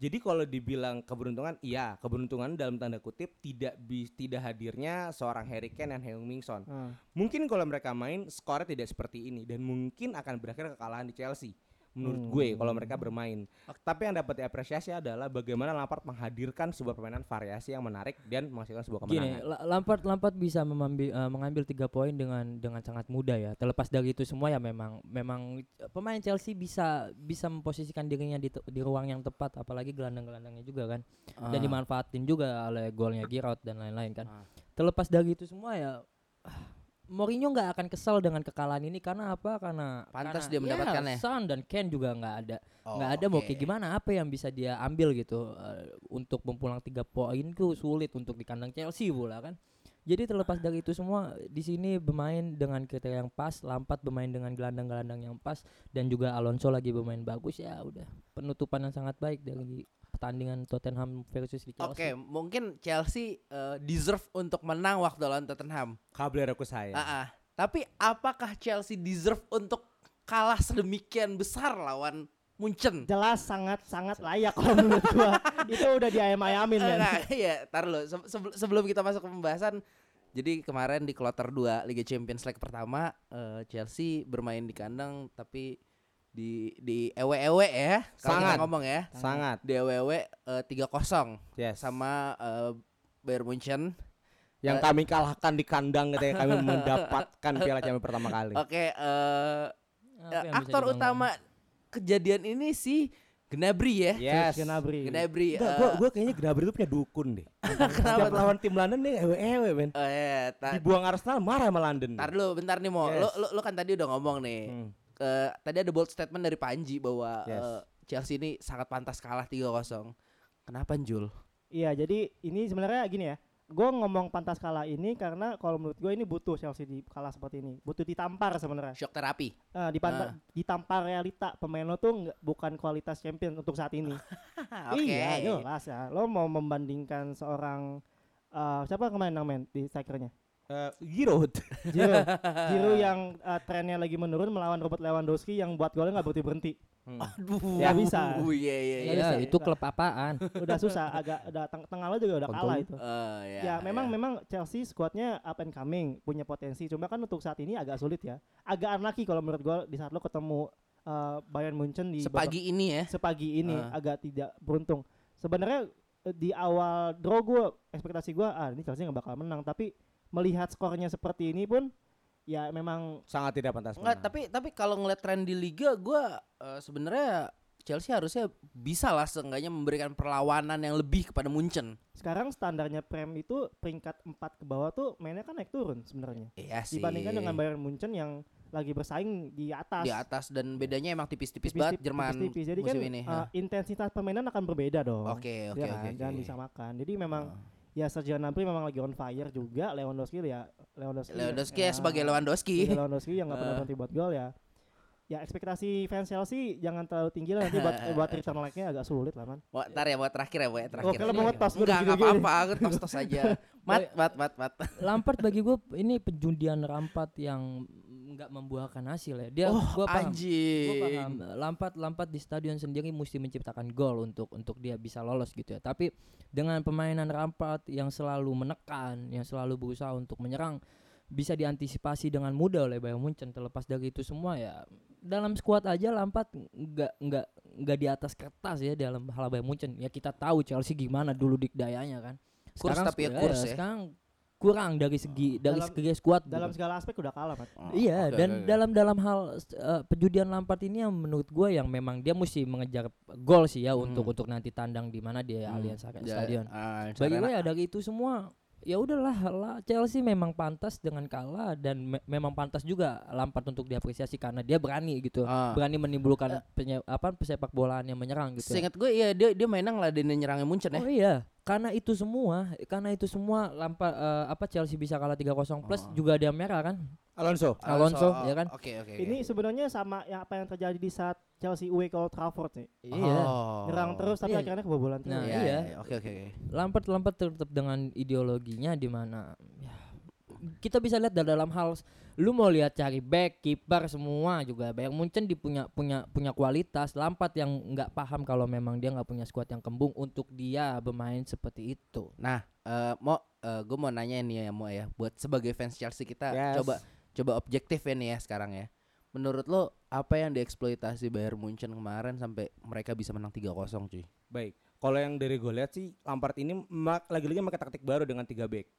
Jadi kalau dibilang keberuntungan, iya keberuntungan dalam tanda kutip tidak bi- tidak hadirnya seorang Harry Kane dan Heung-Min-son. Mungkin kalau mereka main skornya tidak seperti ini dan mungkin akan berakhir kekalahan di Chelsea. menurut gue kalau mereka bermain. Tapi yang dapat diapresiasi adalah bagaimana Lampard menghadirkan sebuah permainan variasi yang menarik dan menghasilkan sebuah
Gini,
kemenangan.
La- Lampard Lampard bisa memambi- eh, mengambil tiga poin dengan dengan sangat mudah ya. Terlepas dari itu semua ya memang memang eh, pemain Chelsea bisa bisa memposisikan dirinya di te- di ruang yang tepat apalagi gelandang-gelandangnya juga kan.
Ah.
Dan dimanfaatin juga oleh golnya Giroud dan lain-lain kan.
Ah.
Terlepas dari itu semua ya ah, Mourinho nggak akan kesal dengan kekalahan ini karena apa? Karena
Pantas
karena-
dia mendapatkan ya?
Son dan Ken juga nggak ada
Oh,
nggak ada mau
oke.
kayak gimana apa yang bisa dia ambil gitu eh, untuk mempulang tiga poin itu sulit untuk di kandang Chelsea bola kan jadi terlepas dari itu semua di sini bermain dengan kriteria yang pas Lampard bermain dengan gelandang-gelandang yang pas dan juga Alonso lagi bermain bagus ya udah penutupan yang sangat baik dari pertandingan Tottenham versus di
Oke,
Chelsea
mungkin Chelsea eh, deserve untuk menang waktu lawan Tottenham.
Kabel aku saya.
Iya.
Ah, ah. Tapi apakah Chelsea deserve untuk kalah sedemikian besar lawan Munchen?
jelas sangat sangat layak kalau menurut gua itu udah diayam-ayamin
ya.
Eh,
men
nah, iya, tar lo. sebelum kita masuk ke pembahasan, jadi kemarin di kloter 2 Liga Champions League pertama, eh, Chelsea bermain di kandang tapi di di ewe-ewe ya, kalau kita
Sangat.
ngomong ya.
Sangat.
Di ewe-ewe eh, 3-0
Yes.
sama eh, Bayern Munchen.
yang
eh,
kami kalahkan di kandang ketika kami mendapatkan Piala Champions pertama kali.
Oke, eh,
Apa
eh,
yang bisa
aktor
dibangun?
utama kejadian ini si Gnabry ya.
Iya.
Yes. Iya.
Gnabry.
Gnabry.
Enggak,
eh,
gua gua kayaknya Gnabry itu punya dukun deh. Setiap lawan tim London nih ewe-ewe, men.
Oh iya, ta-
Dibuang Arsenal marah sama London.
tar dulu bentar nih Mo. Lo,
Yes.
lo, lo kan tadi udah ngomong nih.
Hmm.
Eh, tadi ada bold statement dari Panji bahwa
Yes.
eh, Chelsea ini sangat pantas kalah 3-0. Kenapa Jul?
Iya, jadi ini sebenarnya gini ya. Gue ngomong pantas kalah ini karena kalau menurut gue ini butuh Chelsea di kalah seperti ini. Butuh ditampar sebenarnya.
Shock terapi.
Eh, dipanta- ditampar realita pemain lo tuh nggak- bukan kualitas champion untuk saat ini.
Haha, Ah, Oke.
Iya, jelas ya. Lo mau membandingkan seorang eh, siapa kemarin namanya di strikernya?
Eh, Giroud.
Jiru, Jiru Iya. yang eh, trennya lagi menurun melawan Robert Lewandowski yang buat golnya nggak berhenti berhenti.
Aduh.
Nggak bisa.
Uh, iya iya
Iya,
iya.
bisa.
itu klub apaan
Udah susah, agak udah teng- tengah lo juga udah kalah itu.
Eh, iya,
Ya, memang
iya.
memang Chelsea skuadnya up and coming, punya potensi. Cuma kan untuk saat ini agak sulit ya. Agak unlucky kalau menurut gua di saat lo ketemu eh, Bayern Munchen di babak-
sepagi ini ya.
sepagi ini
Ah.
agak tidak beruntung. Sebenarnya eh, di awal draw gue ekspektasi gua ah ini Chelsea nggak bakal menang, tapi melihat skornya seperti ini pun ya memang
Sangat tidak pantas.
Enggak,
menang.
tapi tapi kalau ngeliat tren di liga gua eh, sebenarnya Chelsea harusnya bisa lah seenggaknya memberikan perlawanan yang lebih kepada Munchen.
sekarang standarnya Prem itu peringkat 4 ke bawah tuh mainnya kan naik turun sebenarnya.
Iya sih.
Dibandingkan dengan Bayern Munchen yang lagi bersaing di atas.
di atas dan bedanya emang tipis-tipis
tipis-
banget
tipis-
Jerman
tipis-tipis. Jadi
musim
kan,
ini.
uh,
Hah.
intensitas permainan akan berbeda dong.
Oke oke
Iya kan?
oke.
Jangan
oke.
disamakan. Jadi memang ya Sergio Gnabry memang lagi on fire juga. Lewandowski ya
Iya.
Lewandowski.
Lewandowski
Ah.
ya sebagai
sebagai
Lewandowski.
Lewandowski yang nggak pernah
Eh.
berhenti buat gol ya. Ya ekspektasi fans Chelsea jangan terlalu tinggi lah nanti buat buat return like-nya agak sulit lah man.
Wah, ntar ya buat terakhir ya buat terakhir.
Oke lo mau ngetos gue
Enggak
ya?
enggak apa-apa, aku tos-tos aja. Mat mat mat mat.
Lampard bagi gue ini penjundian rampat yang nggak membuahkan hasil ya dia
Oh,
gua paham Gua paham.
anjing.
Lampard Lampard di stadion sendiri mesti menciptakan gol untuk untuk dia bisa lolos gitu ya. Tapi dengan permainan Lampard yang selalu menekan, yang selalu berusaha untuk menyerang bisa diantisipasi dengan mudah oleh Bayern Munchen terlepas dari itu semua ya dalam skuad aja Lampard nggak nggak nggak di atas kertas ya dalam hal Bayern Munchen ya kita tahu Chelsea gimana dulu dikdayanya kan
Kurs tapi ya
sku-
kurs ya.
sekarang kurang dari segi dari
Dalam-
segi skuad gitu.
Dalam segala aspek udah kalah man.
Oh,
Iya
oke,
dan
oke, oke.
dalam dalam hal eh, penjudian Lampard ini yang menurut gue yang memang dia mesti mengejar gol sih ya untuk untuk nanti tandang di mana dia
Hmm.
Allianz Ar-
Ya,
Stadion.
ah, Arena.
Bagi gue ya dari itu semua ya udahlah lah, Chelsea memang pantas dengan kalah dan me- memang pantas juga Lampard untuk diapresiasi karena dia berani gitu.
Ah.
Berani menimbulkan penye- apa sepak bolaan yang menyerang gitu.
Seingat gue iya dia dia mainnya ngeladenin nyerangnya Munchen ya.
Oh iya, karena itu semua, karena itu semua lampa eh, apa Chelsea bisa kalah 3-0 plus
Ah.
juga ada yang merah kan?
Alonso.
Alonso, ya kan?
oh, Oke oke. oke.
Ini sebenarnya sama ya apa yang terjadi di saat Chelsea away ke Old Trafford nih.
Oh.
Nyerang terus tapi
Iya.
akhirnya kebobolan terus.
Nah,
Iya,
iya.
iya. Oke oke oke.
Lampard Lampard tetap dengan ideologinya di mana ya, kita bisa lihat dari dalam hal lu mau lihat cari back kiper semua juga Bayern Munchen di punya punya punya kualitas Lampard yang nggak paham kalau memang dia nggak punya skuad yang kembung untuk dia bermain seperti itu
Nah, eh mau gue mau nanya nih ya mau ya buat sebagai fans Chelsea kita
Yes.
coba coba objektif ya nih ya sekarang ya. Menurut lo apa yang dieksploitasi Bayern Munchen kemarin sampai mereka bisa menang 3-0 cuy?
Baik. Kalau yang dari gue lihat sih Lampard ini ma- lagi-lagi pakai taktik baru dengan tiga back.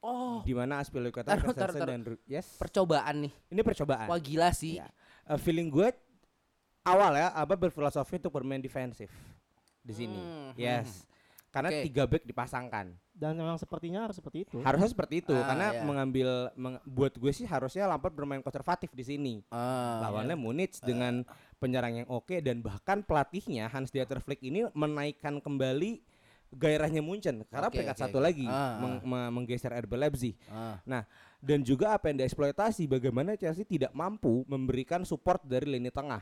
Oh,
Di mana Aspilicueta,
Taruh, taruh,
Christensen
taruh.
dan Ru- yes.
percobaan nih.
Ini percobaan.
Wah gila sih.
Iya. Eh, feeling gue awal ya apa berfilosofi untuk bermain defensif di sini.
Hmm,
Yes. Karena
Oke.
tiga back dipasangkan.
Dan memang sepertinya harus seperti itu.
Harusnya seperti itu
Ah,
karena
iya.
mengambil meng- buat gue sih harusnya Lampard bermain konservatif di sini.
Ah,
Lawannya Munich dengan penyerang yang oke dan bahkan pelatihnya Hans Dieter Flick ini menaikkan kembali gairahnya Munchen karena
Oke,
peringkat
oke,
satu
oke.
lagi
Ah,
meng- me- menggeser RB Leipzig.
ah.
dan juga apa yang dieksploitasi bagaimana Chelsea tidak mampu memberikan support dari lini tengah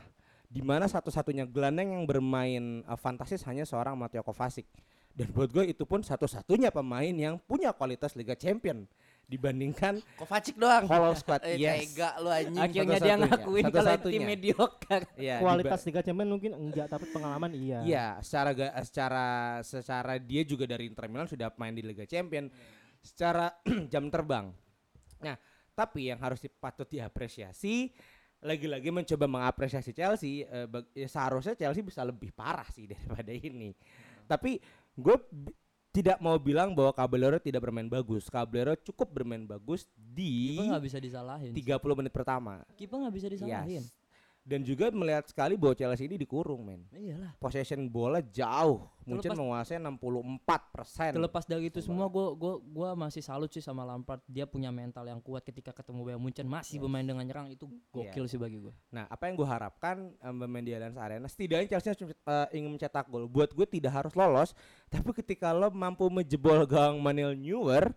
di mana satu-satunya gelandang yang bermain eh, fantastis hanya seorang Mateo Kovacic dan buat gue itu pun satu-satunya pemain yang punya kualitas Liga Champion dibandingkan
Kovacic doang.
Hollow Squad
Eh,
yes
tega lu anjing.
Akhirnya dia
satu-satunya.
ngakuin kalau tim
Satu-satunya.
mediocre.
Iya, diba-
Kualitas Liga Champions mungkin enggak tapi pengalaman iya.
Iya, secara ga- secara secara dia juga dari Inter Milan sudah main di Liga Champion secara jam terbang. Nah, tapi yang harus patut diapresiasi lagi-lagi mencoba mengapresiasi Chelsea eh, bag- ya seharusnya Chelsea bisa lebih parah sih daripada ini. Tapi gue b- tidak mau bilang bahwa Caballero tidak bermain bagus. Caballero cukup bermain bagus di
Kiper nggak bisa disalahin.
30 menit pertama.
Kiper nggak bisa disalahin.
Yes. Dan juga melihat sekali bahwa Chelsea ini dikurung, men
Iyalah.
possession bola jauh. Munchen
Terlepas-
menguasai 64 persen.
Terlepas dari itu semua, gue gua gua masih salut sih sama Lampard. Dia punya mental yang kuat ketika ketemu Bayern Munchen masih bermain dengan nyerang itu gokil sih bagi gue.
Nah, apa yang gue harapkan em, bermain di Allianz Arena, setidaknya Chelsea harus, eh, ingin mencetak gol. Buat gue tidak harus lolos, tapi ketika lo mampu menjebol gawang Manuel Neuer,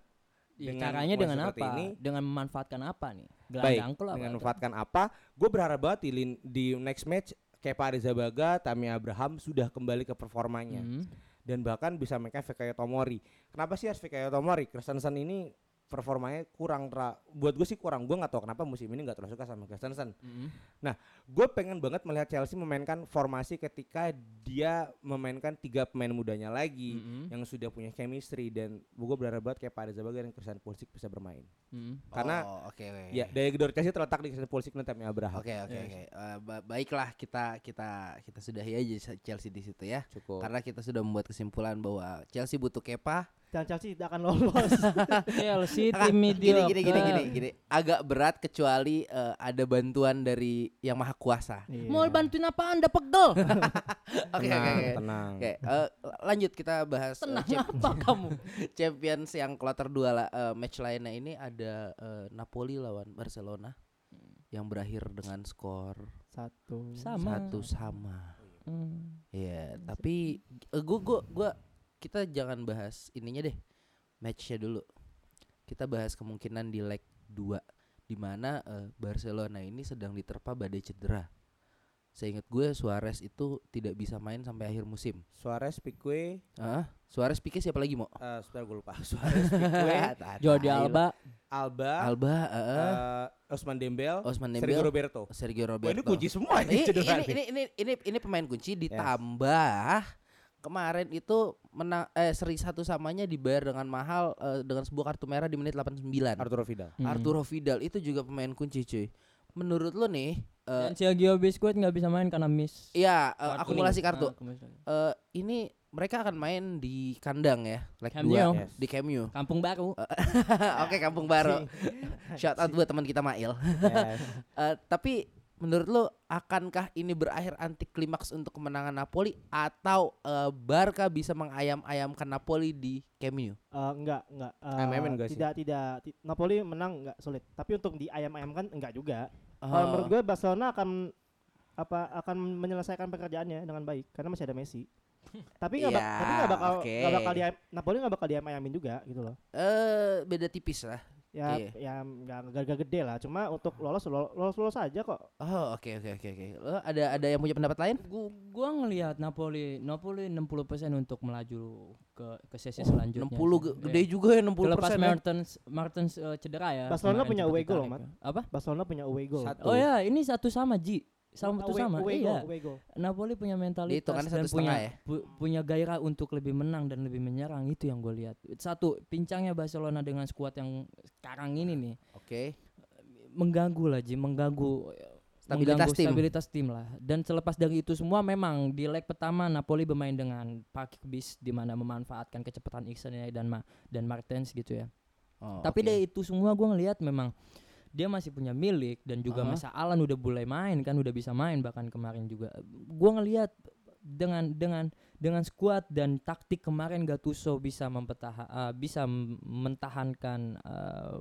Ya,
Dengan
caranya
pemain
dengan
seperti
apa?
ini-
dengan memanfaatkan apa nih?
baik
Gelandang lah.
dengan memanfaatkan apa? Gue berharap banget di, lin- di next match Kepa Arrizabalaga, Tammy Abraham sudah kembali ke performanya
Hmm.
dan bahkan bisa mereka Fikayo Tomori. Kenapa sih harus Fikayo Tomori? Christensen ini performanya kurang ra- buat gue sih kurang gue nggak tahu kenapa musim ini nggak terlalu suka sama Christensen
Mm-hmm.
gue pengen banget melihat Chelsea memainkan formasi ketika dia memainkan tiga pemain mudanya lagi
Mm-hmm.
yang sudah punya chemistry dan gue berharap banget kayak Pak Arrizabalaga dan Christian Pulisic bisa bermain karena
Oh, oke oke.
ya daya gedor Chelsea terletak di Christian Pulisic dan Tammy Abraham
Oke oke oke. Eh, ba- baiklah kita kita kita sudahi aja Chelsea di situ ya.
cukup
Karena kita sudah membuat kesimpulan bahwa Chelsea butuh Kepa.
Dan Chelsea tidak akan lolos.
Chelsea
Ah,
tim
gini,
Iya, mediocre.
gini gini gini gini. Agak berat kecuali eh, ada bantuan dari yang maha kuasa.
Iya.
Mau bantuin apa anda pegel?
Oke oke
tenang
oke.
tenang
Oke, eh, lanjut kita bahas eh,
Tenang
champ-
apa kamu?
Champions yang kloter dua la- eh, match lainnya ini ada eh, Napoli lawan Barcelona yang berakhir dengan skor
Satu.
Sama.
satu sama.
Hmm.
Iya, tapi eh, gua gua gua kita jangan bahas ininya deh. Matchnya dulu. Kita bahas kemungkinan di leg 2 di mana eh, Barcelona ini sedang diterpa badai cedera. Seingat gue Suarez itu tidak bisa main sampai akhir musim.
Suarez Pique
Hah? Suarez Pique siapa lagi mau?
eh sebentar gue lupa Suarez Pique
Jordi Alba
Alba,
Alba, eh,
eh, Osman Dembel,
Osman
Sergio
Dembele,
Roberto
Sergio
Wah,
Roberto.
ini kunci semua
ini,
nih
ini,
cedera nih.
ini, ini, ini, ini pemain kunci ditambah kemarin itu menang eh seri satu samanya dibayar dengan mahal eh, dengan sebuah kartu merah di menit 89.
Arturo Vidal
Mm.
Arturo Vidal itu juga pemain kunci cuy. Menurut lo nih eh,
Dan Sergio Biscuit nggak bisa main karena miss.
ya eh,
Kartu
akumulasi
kuning.
kartu.
Ah, akumulasi.
Eh, ini mereka akan main di kandang ya, leg
Camp
2
Nou.
Yes.
di Camp Nou.
Kampung Baru.
Eh. Oke, Kampung Baru. Shout out buat teman kita Mail.
Yes.
Eh, tapi menurut lo akankah ini berakhir anti klimaks untuk kemenangan Napoli atau eh, Barca bisa mengayam-ayamkan Napoli di Camp Nou?
Eh, enggak, enggak. Eh,
Ayam-ayaman enggak sih?
tidak, tidak. ti- Napoli menang enggak sulit. Tapi untuk di ayam-ayam kan enggak juga. Kalau
Eh,
menurut gue Barcelona akan apa akan menyelesaikan pekerjaannya dengan baik karena masih ada Messi. tapi nggak bak-
Ya,
tapi nggak bakal
oke.
nggak bakal di Napoli nggak bakal diayam-ayamin juga gitu loh.
eh, beda tipis lah.
Ya
Iya.
ya nggak nggak nggak gede lah. Cuma untuk lolos lolos lolos, lolos aja kok.
Oh, oke oke oke oke. Lo ada ada yang punya pendapat lain?
Gu- gua ngelihat Napoli Napoli 60% untuk melaju ke ke sesi selanjutnya.
60
sih.
ge-
Iya.
gede juga ya 60
Terlepas
persen.
Mertens Mertens eh, cedera ya.
Barcelona
kemarin
punya
sempat
away goal,
ditarik
Mat.
ya. Apa?
Barcelona punya away goal.
Satu.
iya,
Oh ya, ini satu sama Ji. Sama satu
Away-
sama.
away
iya.
goal, away goal.
Napoli punya mentalitas
Dihitungannya
dan
satu
punya
setengah ya?
pu- punya gairah untuk lebih menang dan lebih menyerang itu yang gue lihat. Satu, pincangnya Barcelona dengan skuad yang sekarang ini nih
Oke.
mengganggu lah Ji, mengganggu eh,
Stabilitas
mengganggu
tim.
stabilitas tim lah. Dan selepas dari itu semua memang di leg pertama Napoli bermain dengan pakai bis di mana memanfaatkan kecepatan Iksan dan Ma dan Martens gitu ya.
Oh,
Tapi
oke.
dari itu semua gue ngelihat memang dia masih punya milik dan juga
Aha.
masa Alan udah mulai main kan udah bisa main bahkan kemarin juga gue ngelihat dengan dengan dengan skuad dan taktik kemarin Gattuso bisa mempetaha eh, bisa m- mentahankan eh,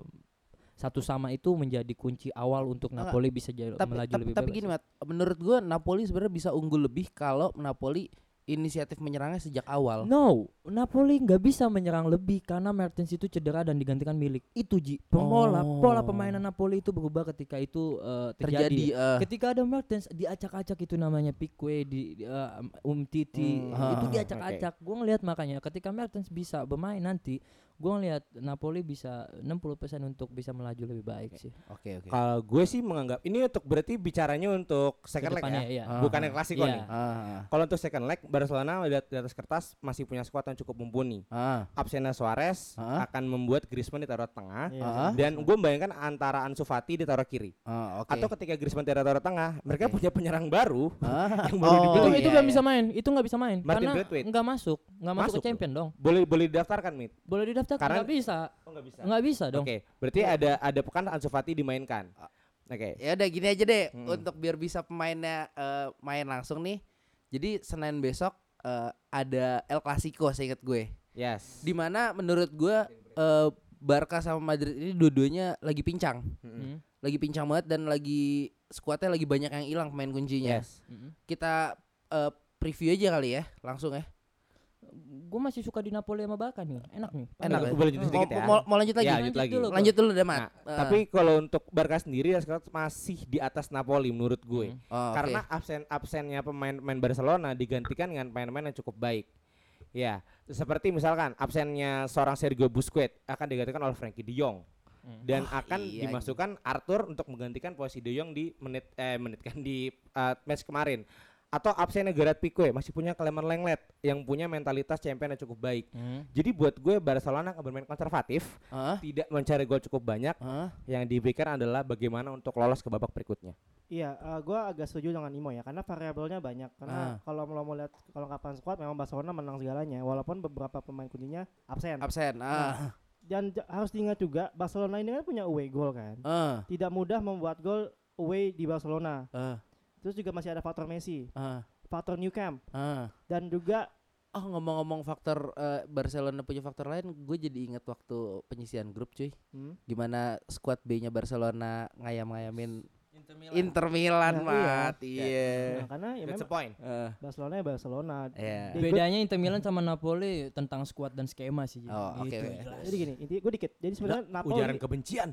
satu sama itu menjadi kunci awal untuk
Enggak,
Napoli bisa jadi
tapi,
melaju
tapi,
lebih
tapi
bebas. ya.
gini Mat, menurut gua Napoli sebenarnya bisa unggul lebih kalau Napoli inisiatif menyerangnya sejak awal.
No, Napoli nggak bisa menyerang lebih karena Mertens itu cedera dan digantikan milik. Itu Ji. Pemola, pola
Oh.
pemainan Napoli itu berubah ketika itu eh, terjadi.
Terjadi eh,
ketika ada Mertens diacak-acak itu namanya Pique di di, eh, Um Titi
Hmm,
itu
ah,
diacak-acak. Gue ngelihat makanya ketika Mertens bisa bermain nanti, gue ngelihat Napoli bisa 60% untuk bisa melaju lebih baik sih.
oke oke.
Kalau gue sih menganggap ini untuk berarti bicaranya untuk second leg ya.
Kedepannya, iya.
Bukan yang klasiko
Iya.
nih.
Ah,
Kalau untuk second leg Barcelona di at- di atas kertas masih punya skuad yang cukup mumpuni.
ah,
Absennya Suarez
Hah?
akan membuat Griezmann ditaruh tengah
Iya.
Ah.
dan gue membayangkan antara Ansu Fati ditaruh kiri
ah, oke.
atau ketika Griezmann ditaruh tengah mereka
Oke.
punya penyerang baru
Ah,
yang baru
Itu,
dibeli.
iya,
itu nggak
iya.
bisa main, itu nggak bisa main
Oh, Martin
karena
Braithwaite.
nggak masuk, nggak masuk,
Masuk
ke champion dong.
boleh boleh didaftarkan Mit?
Boleh didaftar
Karena-
nggak bisa,
Oh nggak bisa.
nggak bisa dong.
Oke, berarti
Iya.
ada ada pekan Ansu Fati dimainkan. Oke.
Ya udah gini aja deh
Mm-mm.
untuk biar bisa pemainnya eh, main langsung nih. Jadi Senin besok eh, ada El Clasico seingat gue.
Yes.
Dimana menurut gue eh, Barca sama Madrid ini dua-duanya lagi pincang,
Mm,
lagi pincang banget dan lagi skuadnya lagi banyak yang hilang pemain kuncinya.
Yes.
mm.
Kita eh, preview aja kali ya langsung ya.
Gue masih suka di Napoli sama Barca nih, enak nih.
Enak ya?
Boleh- boleh lanjut
Mau,
sedikit ya.
mau, mau lanjut lagi?
Ya, lanjut lagi.
dulu,
lanjut dulu deh
Nah,
Mat. Eh,
tapi kalau untuk Barca sendiri ya sekarang masih di atas Napoli menurut gue.
Mm.
oh, oke.
Karena absen-absennya pemain-pemain Barcelona digantikan dengan pemain-pemain yang cukup baik. Ya, seperti misalkan absennya seorang Sergio Busquets akan digantikan oleh Frankie De Jong
Mm.
dan
Wah,
akan
iya.
dimasukkan Arthur untuk menggantikan posisi De Jong di menit eh menit kan di eh, match kemarin. Atau absennya Gerard Pique masih punya Clement Lenglet yang punya mentalitas champion yang cukup baik.
Hmm.
Mm.
Jadi buat gue Barcelona akan bermain konservatif,
Hah?
tidak mencari gol cukup banyak.
Hah?
Yang dipikir adalah bagaimana untuk lolos ke babak berikutnya.
Iya, eh, gua agak setuju dengan Imo ya, karena variabelnya banyak.
Ah.
Karena kalau mau mau lihat kalau kapan squad memang Barcelona menang segalanya, walaupun beberapa pemain kuncinya absen.
Absen.
Nah.
Ah.
Dan j- harus diingat juga Barcelona ini kan punya away goal kan.
Ah.
Tidak mudah membuat gol away di Barcelona.
Ah.
Terus juga masih ada faktor Messi,
Ah.
faktor New Camp,
Ah.
dan juga
Oh ngomong-ngomong faktor eh, Barcelona punya faktor lain, gue jadi inget waktu penyisian grup cuy,
Hmm.
gimana squad B-nya Barcelona ngayam-ngayamin
Inter
Inter Milan
Nah,
mat,
iya.
iya.
nah, karena ya
That's
memang
the point.
Eh,
Barcelona ya Barcelona.
Iya.
Di- gua-
Bedanya Inter Milan sama Napoli tentang skuad dan skema sih. Ji.
Oh, oke,
Gitu,
oke.
jelas.
Jadi gini, inti gue dikit. Jadi sebenarnya Napoli,
Ujaran kebencian.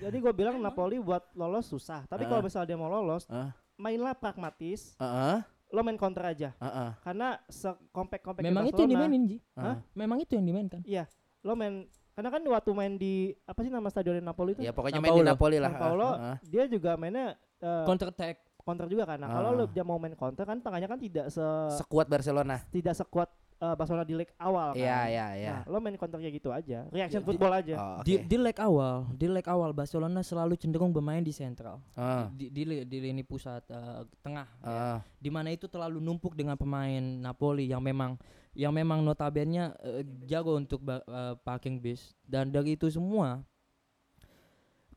jadi gue bilang Napoli buat lolos susah. Tapi
Eh.
kalau misalnya dia mau lolos,
Ah.
mainlah pragmatis.
Heeh,
Lo main counter aja.
heeh.
Karena sekompak kompak
Memang itu yang dimainin, Ji.
Hah?
Memang itu yang dimainkan.
Iya, lo main karena kan waktu main di apa sih nama stadion Napoli itu?
Ya pokoknya
San
main di
Paolo.
Napoli lah.
San Paolo,
ah, ah.
dia juga mainnya eh,
Counter attack.
counter juga karena kalau
Eh.
lo dia mau main counter kan tangannya kan tidak se
Sekuat Barcelona.
tidak sekuat eh, Barcelona di leg awal kan.
Iya, iya, iya.
Nah, iya. lo main counter kayak gitu aja. Reaction
Di-
football aja.
Oh,
Di,
oke.
di leg awal, di leg awal Barcelona selalu cenderung bermain di sentral.
Ah,
Di, di, li- di lini pusat eh, tengah. ya.
ah.
Di mana itu terlalu numpuk dengan pemain Napoli yang memang yang memang notabene eh, jago untuk ba- eh, parking bis dan dari itu semua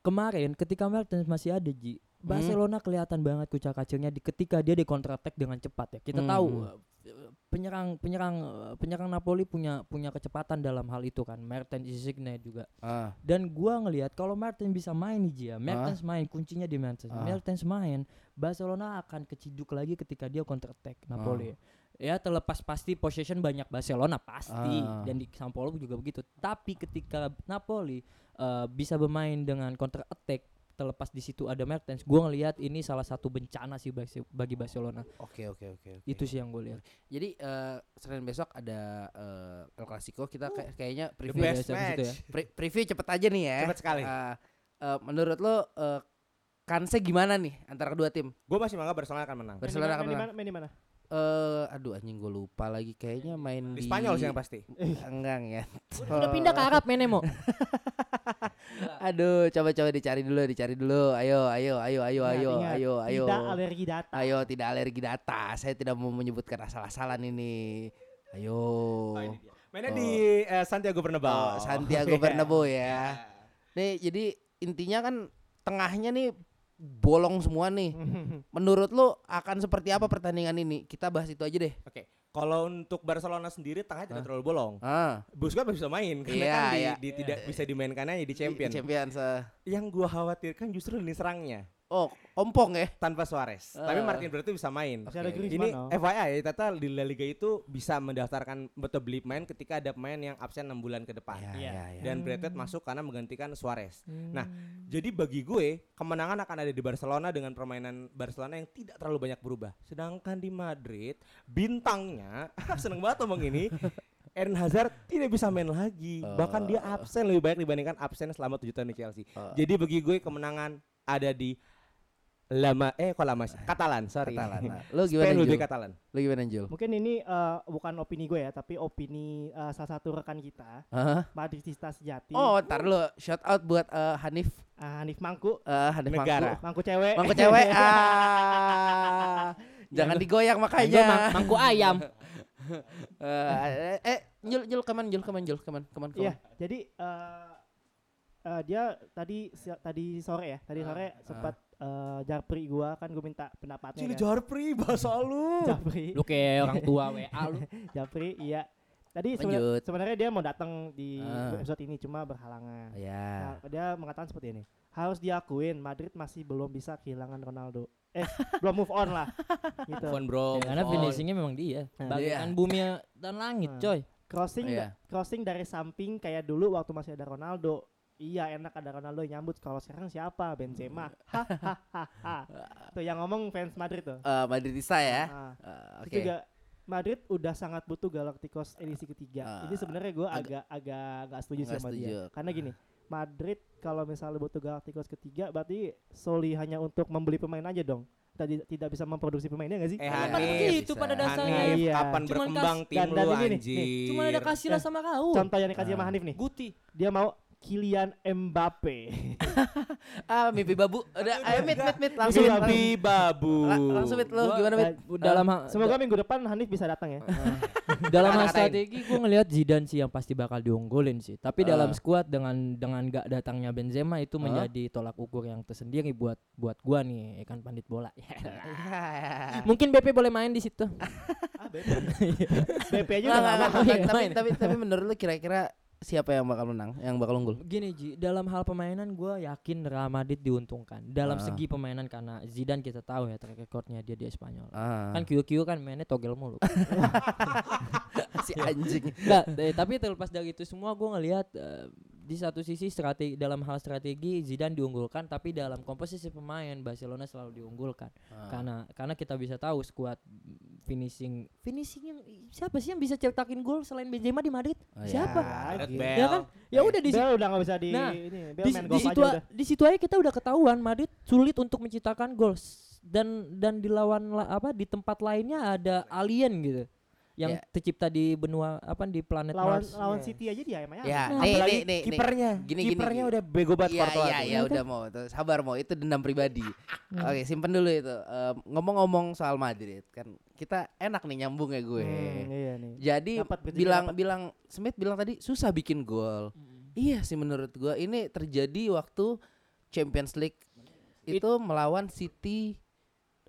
kemarin ketika Mertens masih ada Ji Barcelona kelihatan banget kucak kacirnya di ketika dia di counter attack dengan cepat ya kita tahu
Hmm.
eh, penyerang penyerang eh, penyerang Napoli punya punya kecepatan dalam hal itu kan Mertens Insigne juga
ah.
dan gua ngelihat kalau Mertens bisa main nih Ji ya Mertens main kuncinya di Mertens
Ah.
Mertens main Barcelona akan keciduk lagi ketika dia counter attack
Ah.
Napoli ya terlepas pasti possession banyak Barcelona pasti
Ah.
dan di Sao Paulo juga begitu tapi ketika Napoli eh, bisa bermain dengan counter attack terlepas di situ ada Mertens gua ngelihat ini salah satu bencana sih bagi- bagi Barcelona
Oke, oke, oke. oke.
itu sih yang gue lihat
Jadi eh Senin besok ada eh, El Clasico kita kayak- kayaknya
The
preview
best
biasa di situ
match.
ya.
Pre- preview cepet aja nih ya.
Cepet sekali.
Eh, eh, menurut lo eh, kansnya gimana nih antara kedua tim?
Gue masih menganggap Barcelona akan menang.
Main di
Barcelona
mana-
akan
main di
menang.
mana- main di mana?
Eh, aduh anjing gue lupa lagi kayaknya main
Di
di,
Spanyol sih yang pasti.
Enggak ya.
udah pindah ke Arab Menemo
Aduh, coba-coba dicari dulu, dicari dulu. Ayo, ayo, ayo, ayo,
Ingat,
ayo,
Nah, ingat,
ayo, ayo.
Tidak alergi data.
Ayo, tidak alergi data. Saya tidak mau menyebutkan asal-asalan ini. Ayo.
Nah,
Mainnya
Oh.
di eh, Santiago Bernabeu.
Oh, Santiago
Iya.
Bernabeu ya. Nih, jadi intinya kan tengahnya nih bolong semua nih. Menurut lu akan seperti apa pertandingan ini? Kita bahas itu aja deh.
Oke, kalau untuk Barcelona sendiri tengah
Hah?
tidak terlalu bolong.
Ah,
Busquets masih bisa main karena
Iya,
kan di,
iya.
di- tidak bisa dimainkannya di champion.
Champions. eh.
Yang gua khawatirkan justru lini serangnya
Oh, ompong ya.
tanpa Suarez. Tapi
Eh.
Martin berarti bisa main.
Masih ada
Oke.
Griezmann.
Ini
oh.
FYI, Tata di La Liga itu bisa mendaftarkan betul beli pemain ketika ada pemain yang absen 6 bulan ke depan.
Ya,
Iya. Hmm.
ya, ya.
Dan Bretet masuk karena menggantikan Suarez. Nah, jadi bagi gue kemenangan akan ada di Barcelona dengan permainan Barcelona yang tidak terlalu banyak berubah. Sedangkan di Madrid bintangnya seneng banget ngomong ini Eden Hazard tidak bisa main lagi. Bahkan dia
Oh.
absen lebih banyak dibandingkan absen selama 7 tahun di Chelsea. Jadi bagi gue kemenangan ada di Lama eh kok lama sih? Katalan, sorry.
Katalan. Nah, Lu gimana,
Spain
Jul?
lebih Katalan.
Lu gimana, Jul?
Mungkin ini eh, bukan opini gue ya, tapi opini eh, salah satu rekan kita,
Hah?
Madridista sejati,
Oh, ntar lu shout out buat eh, Hanif,
eh, Hanif Mangku,
eh, Hanif
Negara.
Mangku.
Mangku cewek.
Mangku cewek. ah. Jangan digoyang
Anjir, mang-
makanya.
mangku ayam.
Eh, eh, eh, Jul, Jul, keman, Jul, keman, Jul, keman, keman, keman.
Iya, jadi eh, eh, dia tadi si- tadi sore ya,
Ah.
tadi sore sempat eh, japri gua kan gue minta pendapatnya.
Cili
kan.
Jarpri bahasa lu.
Japri,
Lu kayak orang tua WA lu.
japri, iya. Tadi sebenar-
Lanjut.
sebenarnya dia mau datang di
Ah.
episode ini cuma berhalangan.
Ya.
Nah, dia mengatakan seperti ini. Harus diakuin Madrid masih belum bisa kehilangan Ronaldo. Eh, belum move on lah. Gitu.
Fon bro.
Ya, karena
fon.
finishingnya memang dia.
Nah,
Bagaikan bumi dan
Nah.
langit, coy.
Crossing
Iya.
da- crossing dari samping kayak dulu waktu masih ada Ronaldo. Iya enak ada Ronaldo yang nyambut. Kalau sekarang siapa? Benzema. Hahaha. tuh yang ngomong fans Madrid tuh.
Eh, Madridista ya.
Nah, terus
Eh, Oke.
juga Madrid udah sangat butuh Galacticos edisi ketiga. Ini
Ah,
sebenarnya gue agak
agak-
agak nggak setuju sih
nggak
sama
setuju. Ah.
dia. Karena gini, Madrid kalau misalnya butuh Galacticos ketiga, berarti solely hanya untuk membeli pemain aja dong. Tadi tidak bisa memproduksi pemainnya nggak sih?
Eh,
Iya,
Kan begitu
bisa.
pada dasarnya.
Hanif,
Iya.
kapan
Cuman
berkembang
kas-
tim
dan- dan ini
lu
nih, nih,
anjir?
Cuma ada kasih lah sama kau.
Contoh yang dikasih sama
Ah.
Hanif nih,
Guti.
dia mau Kylian Mbappe.
Ah, mimpi babu. Udah, ayo mit, mit, mit, langsung mit,
Mimpi babu.
lang- langsung mit lu
Gua-
gimana mit?
Dalam
Semoga minggu depan Hanif bisa datang
Ah.
ya.
dalam hal
Kata-katain.
strategi gue ngelihat Zidane sih yang pasti bakal diunggulin sih tapi
Ah.
dalam skuad dengan dengan gak datangnya Benzema
Ah.
itu menjadi tolak ukur yang tersendiri buat buat gua nih ikan pandit bola
Ah.
mungkin BP boleh main di situ
BP
Nah,
aja
Nggak,
udah
nggak,
nggak
nggak,
apa-apa.
tapi- tapi tapi tapi menurut lu kira-kira siapa yang bakal menang? Yang bakal unggul?
gini Ji dalam hal permainan gua yakin Real Madrid diuntungkan dalam
Ah.
segi permainan karena Zidane kita tahu ya track recordnya dia di Spanyol
Ah,
kan QQ kan mainnya togel mulu
si anjing.
Nggak, eh, tapi terlepas dari itu semua gue ngelihat eh, di satu sisi strategi dalam hal strategi Zidane diunggulkan tapi dalam komposisi pemain Barcelona selalu diunggulkan
Ah.
karena karena kita bisa tahu skuad finishing finishing yang siapa sih yang bisa cetakin gol selain Benzema di Madrid
Oh, ya.
siapa
Gareth
Lagi.
Bale.
ya kan ya udah di si-
iya. Bel udah nggak bisa di
Nah,
ini. Bel
di,
main
di
golf aja
situ
udah.
di situ aja kita udah ketahuan Madrid sulit untuk menciptakan gol S- dan dan di lawan la- apa di tempat lainnya ada alien gitu yang
Ya.
tercipta di benua apa di planet
Lawan
Mars.
lawan
ya.
City aja dia emang.
Ya, nih,
Nah,
Apalagi
nih, nih, nih.
kipernya.
Gini, gini,
kipernya
gini.
udah bego banget
Iya,
Courtois
iya,
tuh.
iya udah mau. Tuh, sabar mau. Itu dendam pribadi. Oke, simpen dulu itu. Em, ngomong-ngomong soal Madrid kan kita enak nih nyambung ya gue.
Hmm, iya nih.
Jadi
Dapat berjaya,
bilang
dapat.
bilang Smith bilang tadi susah bikin gol. Iya sih menurut gua ini terjadi waktu Champions League itu melawan City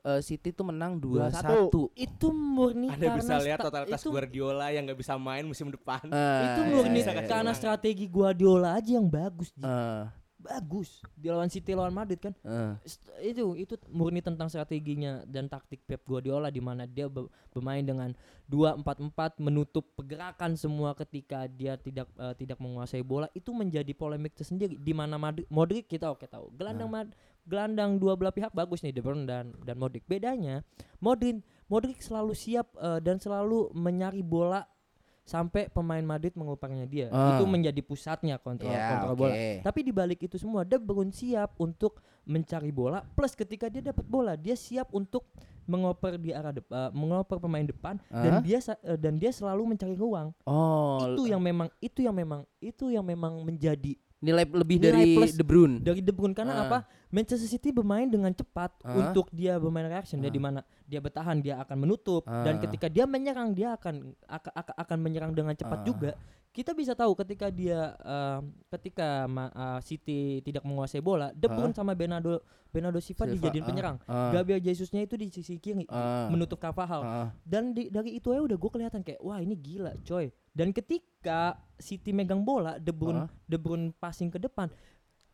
eh, City tuh menang 2-1.
2-1.
itu murni
Anda
karena
bisa lihat
sta-
totalitas
itu,
Guardiola yang nggak bisa main musim depan.
Eh,
itu
iya,
murni
iya, iya.
karena strategi Guardiola aja yang bagus Ji.
Eh,
bagus di lawan City lawan Madrid kan
eh.
St- itu itu murni tentang strateginya dan taktik Pep Guardiola di mana dia be- bermain dengan 2-4-4 menutup pergerakan semua ketika dia tidak eh, tidak menguasai bola itu menjadi polemik tersendiri di mana Madri- Modric kita oke tahu gelandang
Nah.
Mad- gelandang dua belah pihak bagus nih De Bruyne dan dan Modric bedanya Modric Modric selalu siap eh, dan selalu menyari bola sampai pemain Madrid mengupangnya dia
Ah.
itu menjadi pusatnya kontrol
Ya,
kontrol
oke.
bola tapi di balik itu semua De Bruyne siap untuk mencari bola plus ketika dia dapat bola dia siap untuk mengoper di arah dep- eh, mengoper pemain depan
Hah?
dan dia sa- eh, dan dia selalu mencari ruang.
Oh,
itu yang memang itu yang memang itu yang memang menjadi
Nilai lebih
Nilai
dari
plus.
De Bruyne.
dari De Bruyne karena
Ah.
apa Manchester City bermain dengan cepat
Ah.
untuk dia bermain reaction dia
Ah.
di mana dia bertahan dia akan menutup
Ah.
dan ketika dia menyerang dia akan ak- ak- akan menyerang dengan cepat
Ah.
juga kita bisa tahu ketika dia eh, ketika ma- eh, City tidak menguasai bola De
Ah.
Bruyne sama Bernardo Bernardo Silva
Silva,
dijadiin
ah,
penyerang
ah.
Gabriel Jesusnya itu di sisi kiri
Ah.
menutup Carvajal
Ah.
dan di- dari itu aja udah gue kelihatan kayak wah ini gila coy dan ketika City megang bola De Bruyne
Ah.
De Bruyne passing ke depan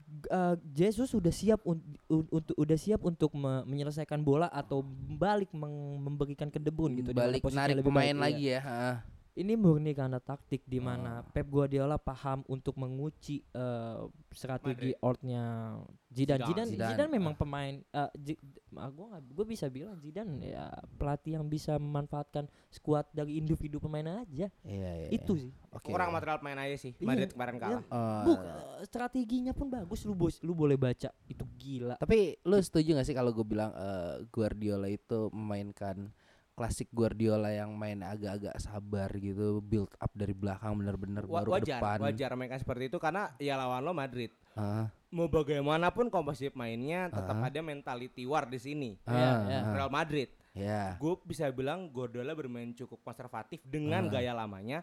g- eh, Jesus sudah siap un- un- untuk udah siap untuk me- menyelesaikan bola atau balik meng- memberikan ke De Bruyne gitu di mana
balik
posisinya
narik
lebih
pemain
baik, iya.
lagi ya. Ah.
ini murni karena taktik di mana Pep Guardiola paham untuk menguci eh, strategi outnya Zidane.
Zidane.
Zidane
Zidane,
Zidane memang pemain eh, Zi- ah, gua nggak- gua bisa bilang Zidane ya pelatih yang bisa memanfaatkan skuad dari individu pemain aja.
Iya, iya,
Itu
iya.
sih.
Oke.
Kurang material pemain aja sih.
Iya.
Madrid kemarin kalah.
Eh,
Buk, eh, strateginya pun bagus lu bos, lu boleh baca. Itu gila.
Tapi lu setuju gak sih kalau gue bilang eh, Guardiola itu memainkan klasik Guardiola yang main agak-agak sabar gitu, build up dari belakang bener-bener
Wa-
baru ke
wajar,
depan.
wajar mainkan seperti itu karena ya lawan lo Madrid.
Ah,
Mau bagaimanapun komposisi mainnya tetap
Ah.
ada mentality war di sini.
ah,
Iya, iya.
ah,
Real Madrid.
iya.
Gue bisa bilang Guardiola bermain cukup konservatif dengan
Ah.
gaya lamanya,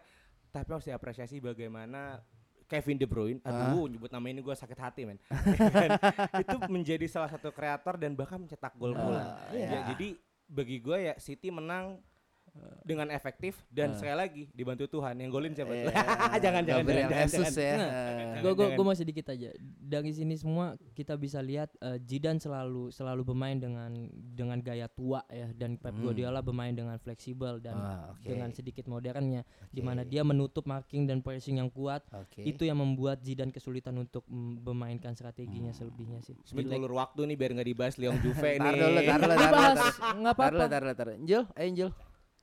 tapi harus diapresiasi bagaimana Kevin De Bruyne,
Ah.
aduh nyebut nama ini gue sakit hati men, Ya kan? itu menjadi salah satu kreator dan bahkan mencetak gol pula.
Ah,
Ya,
iya.
jadi bagi gue ya City menang dengan efektif dan sekali lagi dibantu Tuhan yang golin
Ah.
siapa?
Iya.
jangan jangan
Gabriel
jangan, jangan,
Jesus
jangan.
ya.
Jangan,
Gue gue
jangan.
mau sedikit aja. Dari sini semua kita bisa lihat eh, Zidane selalu selalu bermain dengan dengan gaya tua ya dan Pep
Hmm.
Guardiola bermain dengan fleksibel dan
Ah, oke.
dengan sedikit modernnya di
Oke.
mana dia menutup marking dan pressing yang kuat.
Oke.
Itu yang membuat Zidane kesulitan untuk mm, memainkan strateginya
Ah.
selebihnya sih.
Smith
Jelek.
ngulur waktu nih biar nggak dibahas Leon Juve nih.
Tar dulu, tar dulu, tar dulu,
Dibahas,
tar
nggak
Tar
apa-apa.
dulu, tar dulu, tar dulu. Angel, ayo Angel.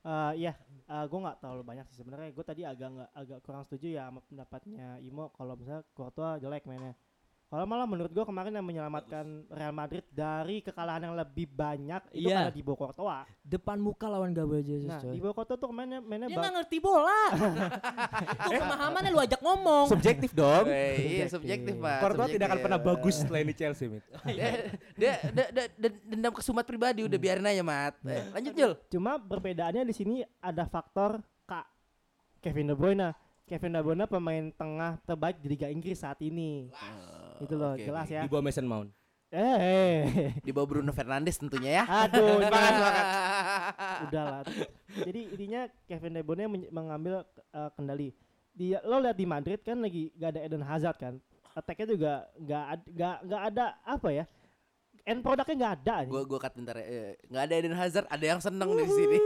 Eh iya, gue nggak terlalu banyak sih sebenarnya. Gue tadi agak nggak agak kurang setuju ya sama pendapatnya Imo kalau misalnya Courtois jelek mainnya. Kalau malah menurut gue kemarin yang menyelamatkan Real Madrid dari kekalahan yang lebih banyak itu karena
Iya.
di Courtois.
Depan muka lawan Gabriel Jesus
Nah,
coy.
di Courtois tuh mainnya mainnya
Dia
ba-
nggak ngerti bola. Itu pemahamannya lu ajak ngomong.
Subjektif dong.
Eh, iya subjektif pak.
Courtois tidak akan
subjektif.
pernah bagus selain di Chelsea, Mit.
Dia, dia, dia- dia- dia dendam kesumat pribadi udah biarin aja mat. Eh, lanjut Jul.
Cuma perbedaannya di sini ada faktor Kak Kevin De Bruyne. Kevin De Bruyne pemain tengah terbaik di Liga Inggris saat ini. itu loh,
oke,
jelas
oke.
ya.
Di bawah Mason Mount.
Eh, eh.
Di bawah Bruno Fernandes tentunya ya.
aduh, ini
Hahaha.
udahlah. Jadi intinya Kevin De Bruyne men- mengambil eh, kendali. Dia lo lihat di Madrid kan lagi gak ada Eden Hazard kan. Attack-nya juga gak, ad, gak, gak ada apa ya? End product-nya gak ada. anjing.
Gua gua cut bentar ya. Eh, Nggak ada Eden Hazard, ada yang seneng di sini.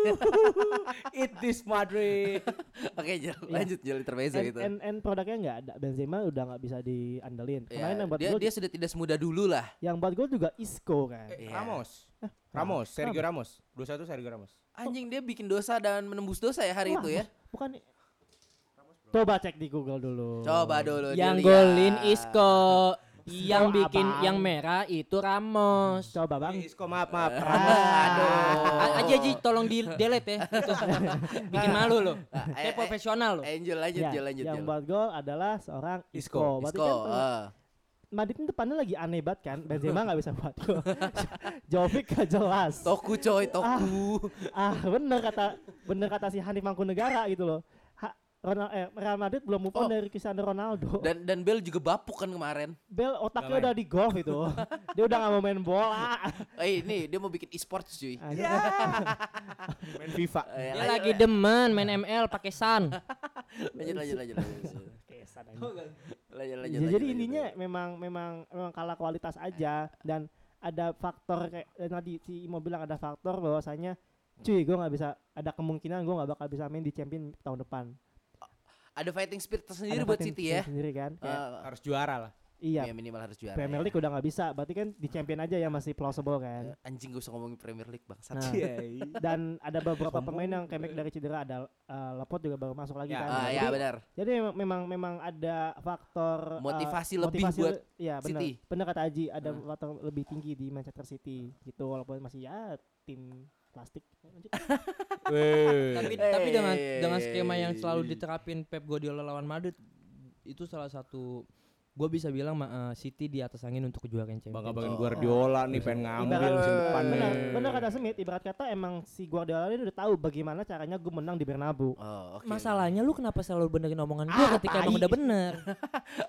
It is Madrid.
Oke, Jul,
Iya.
lanjut Jul Terbezo
End,
gitu.
end, end product-nya gak ada. Benzema udah gak bisa diandelin.
Ya,
Kemarin yang buat
dia,
gol
dia sudah tidak semudah dulu lah.
yang buat gol juga Isco kan.
Eh,
Iya.
Ramos. Ramos, Sergio Ramos. 21 Sergio Ramos.
Anjing dia bikin dosa dan menembus dosa ya hari
Wah,
itu ya.
Bukan Coba cek di Google dulu.
Coba dulu
Yang
dilihat.
golin Isco, yang
Isco
bikin
abang.
yang merah itu Ramos.
Coba
Eh,
Bang.
Isco, maaf, maaf. Ramos.
Aduh.
A- Aji Aji tolong di delete ya. Itu bikin malu lo. Kayak
eh,
profesional lo.
Angel lanjut
Ya,
Jul lanjut
yang
Jul.
buat gol adalah seorang Isco.
Isco.
Berarti
Isco,
kan peng-
eh.
Madrid ini depannya lagi aneh banget kan. Benzema nggak bisa buat gol. Jovic gak jelas.
Toku coy, toku.
Ah, bener kata bener kata si Hanif Mangkunegara gitu loh. Ha- Ronal- eh, Real Madrid belum move on
Oh.
dari Cristiano Ronaldo.
Dan dan Bel juga bapuk kan kemarin.
Bel otaknya
Nggak
udah di golf itu. Dia udah gak mau main bola. Nah, gitu.
Eh, ini dia mau bikin e-sports cuy.
Anjir.
Main FIFA.
Eh,
Dia
lanjut,
lagi demen main ML pakai Sun.
lanjut lanjut lanjut lanjut.
Kesan aja.
Oh, Lanjut lanjut.
Ya,
lanjut,
jadi
lanjut,
intinya memang memang memang kalah kualitas aja dan ada faktor kayak eh, tadi si Imo bilang ada faktor bahwasanya cuy gue nggak bisa ada kemungkinan gue nggak bakal bisa main di champion tahun depan.
ada fighting spirit
Ada
tersendiri buat
Martin
City ya.
Sendiri kan. Kayak,
Eh,
Iya, Harus juara lah.
iya.
ya minimal harus juara.
Premier
ya.
League udah nggak bisa, berarti kan di champion aja yang masih plausible kan.
Eh, Anjing gue usah ngomongin Premier League bang.
Nah,
Iya,
dan ada beberapa pemain yang comeback dari cedera ada eh, Laporte juga baru masuk lagi
Ya,
kan.
Ah
Jadi-
ya benar.
Jadi memang memang, memang ada faktor eh,
Motivasi lebih buat
ya, bener.
City.
Bener kata Aji, ada
Hmm.
faktor lebih tinggi di Manchester City gitu walaupun masih ya tim plastik. Lanjut.
tapi
Eh.
tapi dengan dengan skema yang selalu diterapin Pep Guardiola lawan Madrid itu salah satu gue bisa bilang ma- eh, City di atas angin untuk kejuaraan Champions.
Bangga-banggain Guardiola nih pengen ngambil musim depan nih.
Benar, benar kata Smith. Ibarat kata emang si Guardiola ini udah tahu bagaimana caranya gue menang di Bernabeu.
Oh, oke.
Masalahnya lu kenapa selalu benerin omongan gue
Ah,
ketika emang
tai.
udah bener?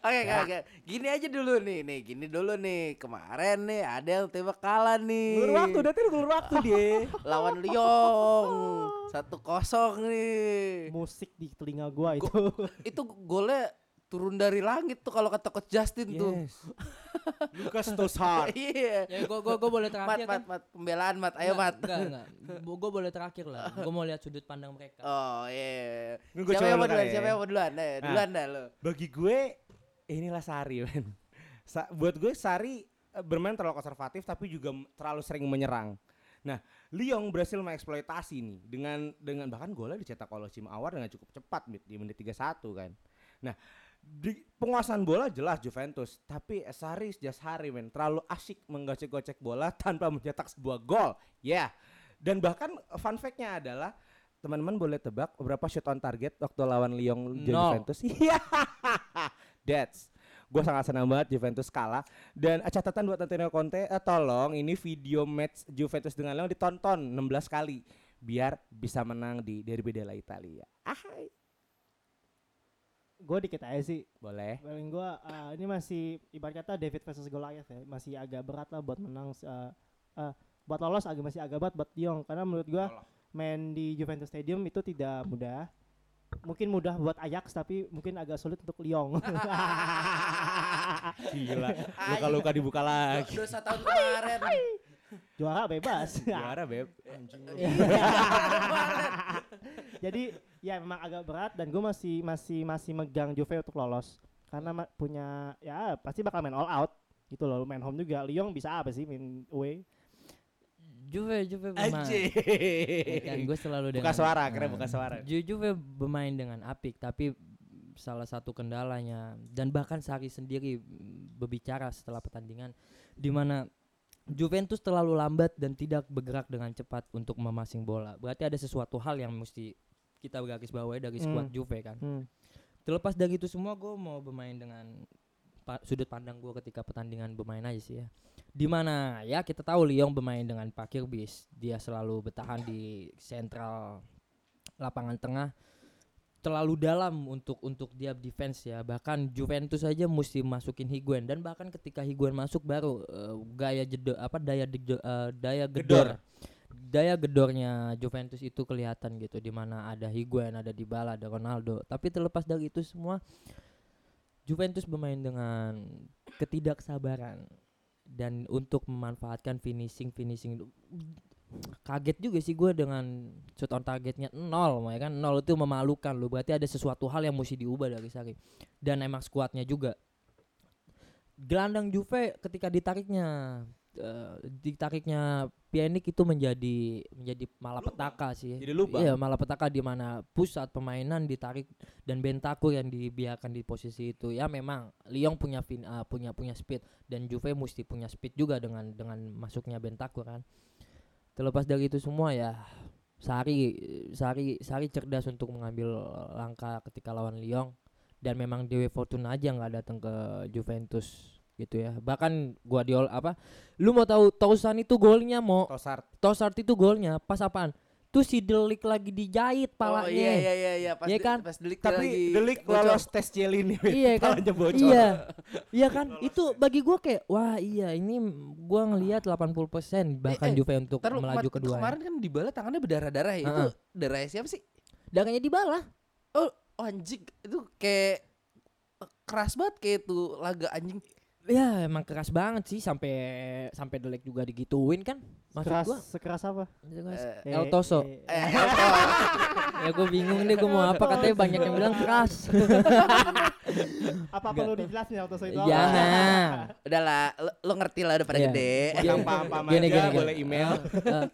Oke, oke, oke. Gini aja dulu nih, nih, gini dulu nih. Kemarin nih ada yang tiba kalah nih.
Ngulur waktu, udah tuh ngulur waktu dia.
Lawan Lyon satu kosong nih.
Musik di telinga gua itu.
Itu golnya turun dari langit tuh kalau kata coach Justin tuh.
Yes. Lucas Toshart.
Iya.
ya gue gue boleh
Mat,
terakhir kan?
mat, mat. Pembelaan, mat. Ayo, mat.
Gue boleh terakhir lah. Gue mau lihat sudut pandang mereka.
Oh iya.
Ini gua
Siapa
coba
yang mau
dulu
duluan?
kali ya.
Siapa yang mau duluan? Eh, duluan dah lo.
Bagi gue inilah Sari, men. Sa- buat gue Sari eh, bermain terlalu konservatif tapi juga m- terlalu sering menyerang. Nah, Lyon berhasil mengeksploitasi nih dengan dengan bahkan golnya dicetak oleh Sim Awar dengan cukup cepat Mit, di menit 31 kan. Nah, di penguasaan bola jelas Juventus, tapi Sari sejak hari men terlalu asyik menggocek-gocek bola tanpa mencetak sebuah gol. Ya. Dan bahkan eh, fun fact-nya adalah teman-teman boleh tebak berapa shot on target waktu lawan Lyon jadi
Nol.
Juventus? Iya. That's Gue sangat senang banget Juventus kalah dan eh, catatan buat Antonio Conte eh, tolong ini video match Juventus dengan Lyon ditonton 16 kali biar bisa menang di Derby della Italia. Ahai.
Gue dikit aja sih.
Boleh.
Paling gua eh, ini masih ibarat kata David versus Goliath ya. Masih agak berat lah buat menang. eh, eh, buat lolos agak masih agak berat buat Lyon karena menurut gua main di Juventus Stadium itu tidak mudah. Mungkin mudah buat Ajax tapi mungkin agak sulit untuk Lyon.
Gila. Luka-luka dibuka lagi.
Dosa tahun kemarin. Oh,
Juara bebas. Iya.
Juara beb.
Jadi ya memang agak berat dan gue masih masih masih megang Juve untuk lolos karena ma- punya ya pasti bakal main all out gitu loh main home juga Lyon bisa apa sih main away
Juve Juve bermain. Ya kan
Anjing.
gue selalu dengan
Iya, Buka suara, keren buka suara.
Ju- Juve bermain dengan apik tapi salah satu kendalanya dan bahkan Sari sendiri berbicara setelah pertandingan di mana Juventus terlalu lambat dan tidak bergerak dengan cepat untuk memasing bola. Berarti ada sesuatu hal yang mesti kita garis bawahi dari skuad
Hmm.
Juve kan. Terlepas dari itu semua gue mau bermain dengan pa- sudut pandang gue ketika pertandingan bermain aja sih ya. Dimana ya kita tahu Lyon bermain dengan Pak Kirbis, dia selalu bertahan di sentral lapangan tengah terlalu dalam untuk untuk dia defense ya bahkan Juventus saja mesti masukin Higuain dan bahkan ketika Higuain masuk baru eh, gaya jeda apa daya dege- eh, daya gedor daya gedornya Juventus itu kelihatan gitu di mana ada Higuain ada Dybala ada Ronaldo tapi terlepas dari itu semua Juventus bermain dengan ketidaksabaran dan untuk memanfaatkan finishing finishing kaget juga sih gue dengan shoot on targetnya nol ya kan nol itu memalukan loh berarti ada sesuatu hal yang mesti diubah dari Sari dan emang skuadnya juga gelandang Juve ketika ditariknya eh, ditariknya Pjanic itu menjadi menjadi malapetaka sih
Jadi lubang.
iya malapetaka di mana pusat permainan ditarik dan Bentakur yang dibiarkan di posisi itu ya memang Lyon punya fin, eh, punya punya speed dan Juve mesti punya speed juga dengan dengan masuknya Bentakur kan terlepas dari itu semua ya Sari Sari Sari cerdas untuk mengambil langkah ketika lawan Lyon dan memang Dewi Fortuna aja nggak datang ke Juventus gitu ya bahkan Guardiola apa lu mau tahu Tosan itu golnya mau
Oh.
Tosart.
Tosart itu golnya pas apaan tuh si Delik lagi dijahit palanya
Oh iya iya iya iya. Pas
Iya
de-
kan?
Pas delik
Tapi Delik
bocor.
lolos tes Jelini. Mit.
Iya kan?
Palanya bocor.
Iya. Iya kan? Itu bagi gua kayak wah iya ini gua ngelihat 80% bahkan
eh,
Juve untuk
Ntar lu
melaju
kemat-
kedua. ya.
Kemarin kan di bala tangannya berdarah-darah ya. Itu
Heeh.
darahnya siapa sih?
Dangannya di bawah.
Oh, oh, anjing itu kayak eh, keras banget kayak itu laga anjing.
Ya emang keras banget sih sampai sampai delek juga digituin kan. Maksud
sekeras
gua
sekeras apa
Eh,
El Toso.
eh,
Eh, apa?
ya gua bingung deh gua mau apa katanya banyak yang bilang keras.
Eh,
apa perlu dijelasin El Toso
Iya.
itu apa?
Jangan.
udahlah, lo, lo ngerti lah udah pada
Iya.
gede.
Iya.
Eh, Tanpa apa-apa
Gini, gini,
aja
gini.
boleh email.
Eh,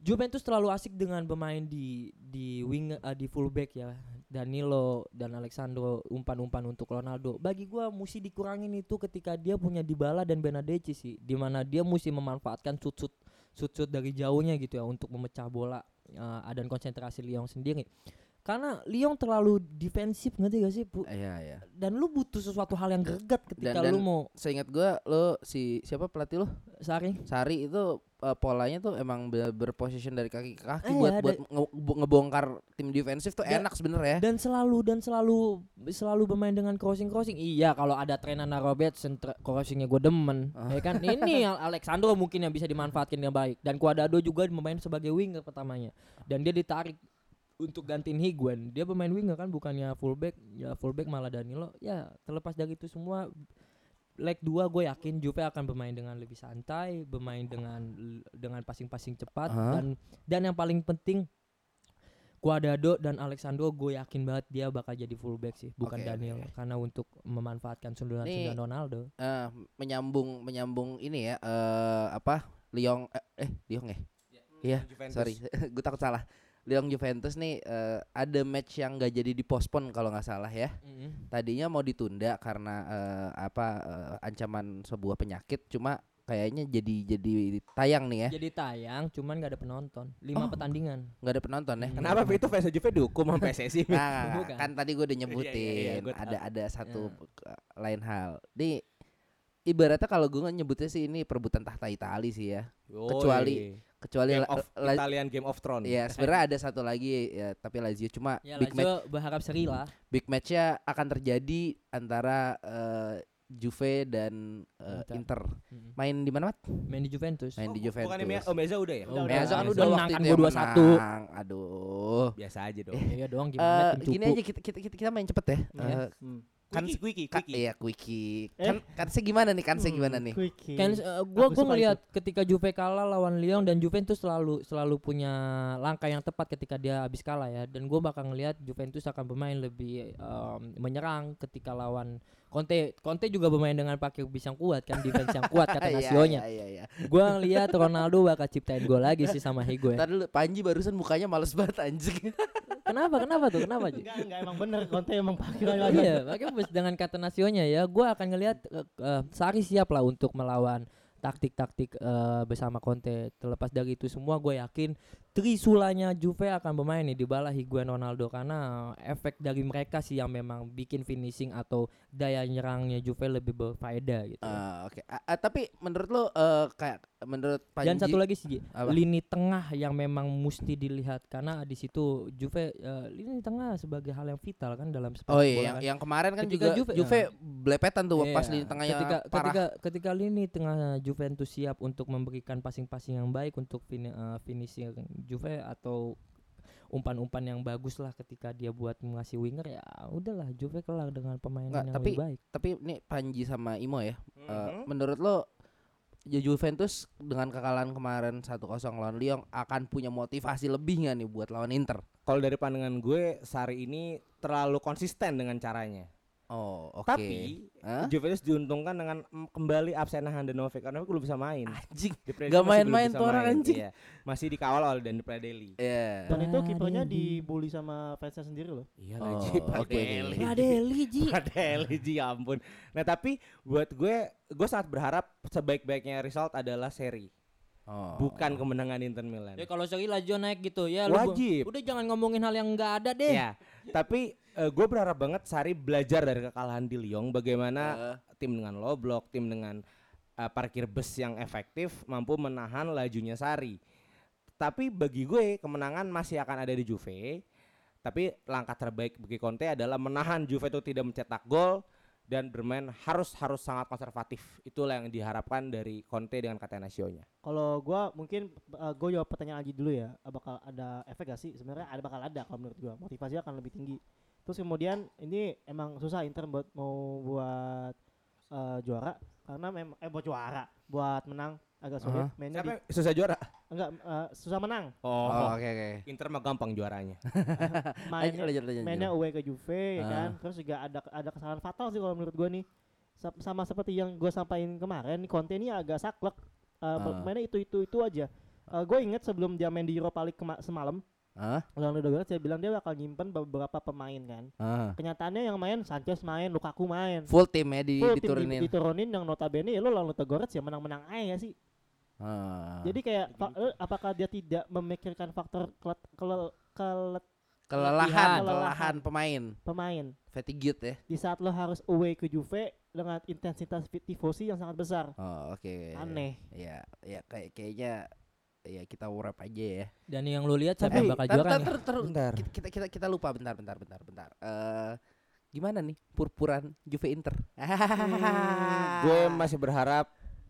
Juventus terlalu asik dengan pemain di di wing eh, di fullback ya. Danilo dan Alexandro umpan-umpan untuk Ronaldo. Bagi gua mesti dikurangin itu ketika dia punya Dybala dan Benadeci sih, di mana dia mesti memanfaatkan sut-sut sut-sut dari jauhnya gitu ya untuk memecah bola eh, dan konsentrasi ah, Lyon sendiri. Karena Lyon terlalu defensif ngerti gak sih? Bu?
Iya iya.
Dan lu butuh sesuatu hal yang greget ketika
Dan-
lu
dan-
mau
Seingat gua lo si siapa pelatih lo?
saring.
Sari itu eh, polanya tuh emang bener berposition dari kaki ke kaki
Eh,
buat
iya,
buat nge- bu- ngebongkar tim defensif tuh
Dan-
enak sebenernya. ya.
Dan selalu dan selalu selalu bermain dengan crossing crossing. Iya kalau ada Trenana Robertson tr- crossingnya gue demen. Ya kan ini Al- Alexandro mungkin yang bisa dimanfaatkan dengan baik. Dan Cuadrado juga bermain sebagai winger pertamanya. Dan dia ditarik untuk gantiin Higuain. Dia bermain winger kan bukannya fullback. Ya fullback malah Danilo. Ya terlepas dari itu semua leg 2 gue yakin Juve akan bermain dengan lebih santai, bermain dengan dengan passing-passing cepat
Hah?
dan dan yang paling penting Guardado dan Alexandro gue yakin banget dia bakal jadi fullback sih, bukan
Oke, oke,
Daniel
oke.
karena untuk memanfaatkan sundulan-sundulan
Nih.
Ronaldo.
Eh, menyambung menyambung ini ya eh apa Lyon eh, eh Lyon ya iya
Juventus.
sorry gue takut salah Lyon Juventus nih eh, ada match yang gak jadi dipospon kalau nggak salah ya tadinya mau ditunda karena eh, apa eh, ancaman sebuah penyakit cuma kayaknya jadi jadi tayang nih ya
Jadi tayang cuman gak ada penonton. 5
Oh.
pertandingan.
nggak ada penonton ya
Iya. Kenapa itu fans Juve dihukum sama PSSI?
Nah, nah, nah,
Bukan.
kan tadi gue udah
iya, iya,
nyebutin
gua
ada ada satu
Iya.
eh, lain hal di ibaratnya kalau gue nyebutnya sih ini perebutan tahta Itali sih ya Kecuali- kecuali
Game
la-
of
la-
Italian Game of Thrones.
Ya sebenarnya ada satu lagi ya, tapi Lazio cuma
Ya
big match
Lazio berharap seri lah.
big matchnya akan terjadi antara eh, Juve dan eh,
Inter.
Inter.
Mm-mm.
Main di mana, Mat?
Main di Juventus.
Main di
bu- bukannya
Juventus.
Mea- oh, Meza udah ya?
Oh,
Udah,
Meazza
udah.
kan
Meazza
udah
menang
waktu
kan
itu
gua
yang
2-1.
menang. Aduh.
Biasa aja dong.
Iya doang
Eh,
gimana tim
gini
cupu.
aja kita kita kita, kita main cepet ya.
Iya.
Eh,
Hmm.
kan
Quickie, quickie,
Ka-
quickie.
Iya, quickie.
Eh.
Kan kansnya gimana nih? Kansnya
Hmm,
gimana nih?
quickie.
Kan eh, gua
Aku
gua
suka
melihat ketika Juve kalah lawan Lyon dan Juventus selalu selalu punya langkah yang tepat ketika dia habis kalah ya dan gua bakal ngelihat Juventus akan bermain lebih em, menyerang ketika lawan Conte. Conte juga bermain dengan pakai bis yang kuat kan defense yang kuat kata
Iya,
nasionya.
Iya,
Eh.
iya, iya.
Gua ngelihat Ronaldo bakal ciptain gol lagi sih sama Higuain.
Ntar dulu Panji barusan mukanya males banget anjing.
Kenapa? Kenapa tuh? Kenapa, Ji?
Enggak, enggak emang bener Conte emang pakai lagi.
iya, makanya bus dengan kata nasionya ya, gua akan ngelihat eh, eh, Sari siap lah untuk melawan taktik-taktik eh, bersama Conte. Terlepas dari itu semua, gue yakin trisulanya Juve akan bermain nih di bala Higuain Ronaldo karena efek dari mereka sih yang memang bikin finishing atau daya nyerangnya Juve lebih berfaedah gitu.
Ah, oke. Ah, ah, tapi menurut lo eh, kayak menurut Panji
Dan satu lagi sih, Ji,
apa?
lini tengah yang memang mesti dilihat karena di situ Juve eh, lini tengah sebagai hal yang vital kan dalam sepak
Oh
bola
iya, yang,
kan.
yang kemarin kan juga
Ketika
Juve,
Juve- Ah.
belepetan tuh pas
Iya,
lini tengahnya
ketika,
parah.
ketika ketika lini tengah Juventus siap untuk memberikan passing-passing yang baik untuk fin- eh, finishing Juve atau umpan-umpan yang bagus lah ketika dia buat ngasih winger ya udahlah Juve kelar dengan pemain
Nggak,
yang
tapi-
lebih baik.
Tapi ini Panji sama Imo ya. eh,
Mhm.
menurut lo Ju- Juventus dengan kekalahan kemarin 1-0 lawan Lyon akan punya motivasi lebih nggak nih buat lawan Inter?
Kalau dari pandangan gue, Sari ini terlalu konsisten dengan caranya.
Oh, oke.
Tapi
Hah?
Juventus diuntungkan dengan mm, kembali absennya Handanovic karena belum bisa main.
anjing.
Diprediksi
Gak Ah,
masih
main-main tuh
belum bisa
orang,
main,
anjing.
iya. Masih dikawal oleh Dan Pradeli.
Iya.
Dan itu kipernya
Pardeli.
dibully sama fansnya sendiri loh.
Iya
Oh,
lagi
oke.
Pradeli.
Pradeli, Ji.
Pradeli Ji, ya ampun. Nah, tapi buat gue gue sangat berharap sebaik-baiknya result adalah seri,
Oh.
bukan kemenangan Inter Milan.
Ya kalau Sari Lazio naik gitu ya lu
Wajib.
udah jangan ngomongin hal yang enggak ada deh.
Iya.
Ya, tapi eh, gue berharap banget Sari belajar dari kekalahan di Lyon bagaimana
Eh,
tim dengan low block, tim dengan eh, parkir bus yang efektif mampu menahan lajunya Sari. Tapi bagi gue kemenangan masih akan ada di Juve. Tapi langkah terbaik bagi Conte adalah menahan Juve itu tidak mencetak gol dan bermain harus harus sangat konservatif. Itulah yang diharapkan dari Conte dengan kata nasionya.
Kalau gua mungkin uh, gua jawab pertanyaan lagi dulu ya. Eh, Bakal ada efek gak sih? Sebenarnya ada bakal ada kalau menurut gua. Motivasinya akan lebih tinggi. Terus kemudian ini emang susah Inter buat mau buat eh, juara karena memang eh buat juara, buat menang agak sulit. Mainnya di-
Siapa yang susah juara?
enggak eh, susah menang.
Oh,
Oh,
oke oke.
Inter mah gampang juaranya.
Lanjut,
Mainnya
lanjut, lanjut.
mainnya away ke Juve ya kan
Ah.
terus juga ada ada kesalahan fatal sih kalau menurut gua nih Sa- sama seperti yang gua sampaikan kemarin nih Conte ini agak saklek Eh, pe-
Ah.
mainnya itu itu itu aja Eh, Gua gue inget sebelum dia main di Europa League kema- semalam
Hah?
lawan Ludogorets dia bilang dia bakal nyimpen beberapa pemain kan
Ah.
kenyataannya yang main Sanchez main Lukaku main
Full tim ya di,
Full tim
diturunin.
di, diturunin yang notabene ya lo lawan Ludogorets ya menang-menang aja ya sih
Ah.
jadi kayak fa- eh, apakah dia tidak memikirkan faktor kelet, kele- kelet-
kelelahan,
Kelelahan.
kelelahan pemain,
pemain
fatigue ya.
di saat lo harus away ke Juve dengan intensitas fi- tifosi yang sangat besar
Oh, oke.
aneh
Ya, ya kayak kayaknya ya kita wrap aja ya.
Dan yang lu lihat siapa
Tapi
yang bakal
tar-
juara
tar-
nih?
tar- tar-
Bentar.
kita- Kita kita kita lupa bentar bentar bentar bentar. Eh gimana nih purpuran Juve Inter? Hmm.
Gue masih berharap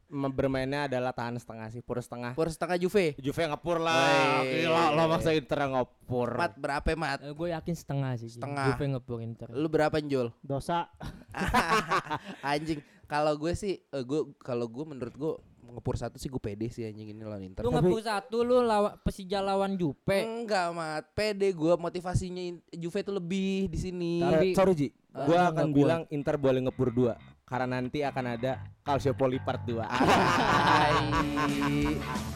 me- bermainnya adalah tahan setengah sih, pur setengah.
Pur setengah Juve.
Juve ngepur lah.
Wey.
Gila lo maksa Inter ngepur.
Mat berapa mat?
gue Eh, yakin setengah sih. Ji.
Setengah.
Juve ngepur Inter.
Lu berapa Jol?
dosa
anjing. Kalau gue sih eh, gue kalau gue menurut gue ngepur satu sih gue pede sih anjing ini lawan Inter.
Lu ngepur satu lu lawan Persija lawan
Hmm.
Juve.
Enggak mat, pede gue motivasinya In- Juve itu lebih di sini.
Eh, sorry Ji, gue
Ah, nggak
akan
kuat.
bilang Inter boleh ngepur dua Ah, karena nanti akan ada Calciopoli part 2.
Tai.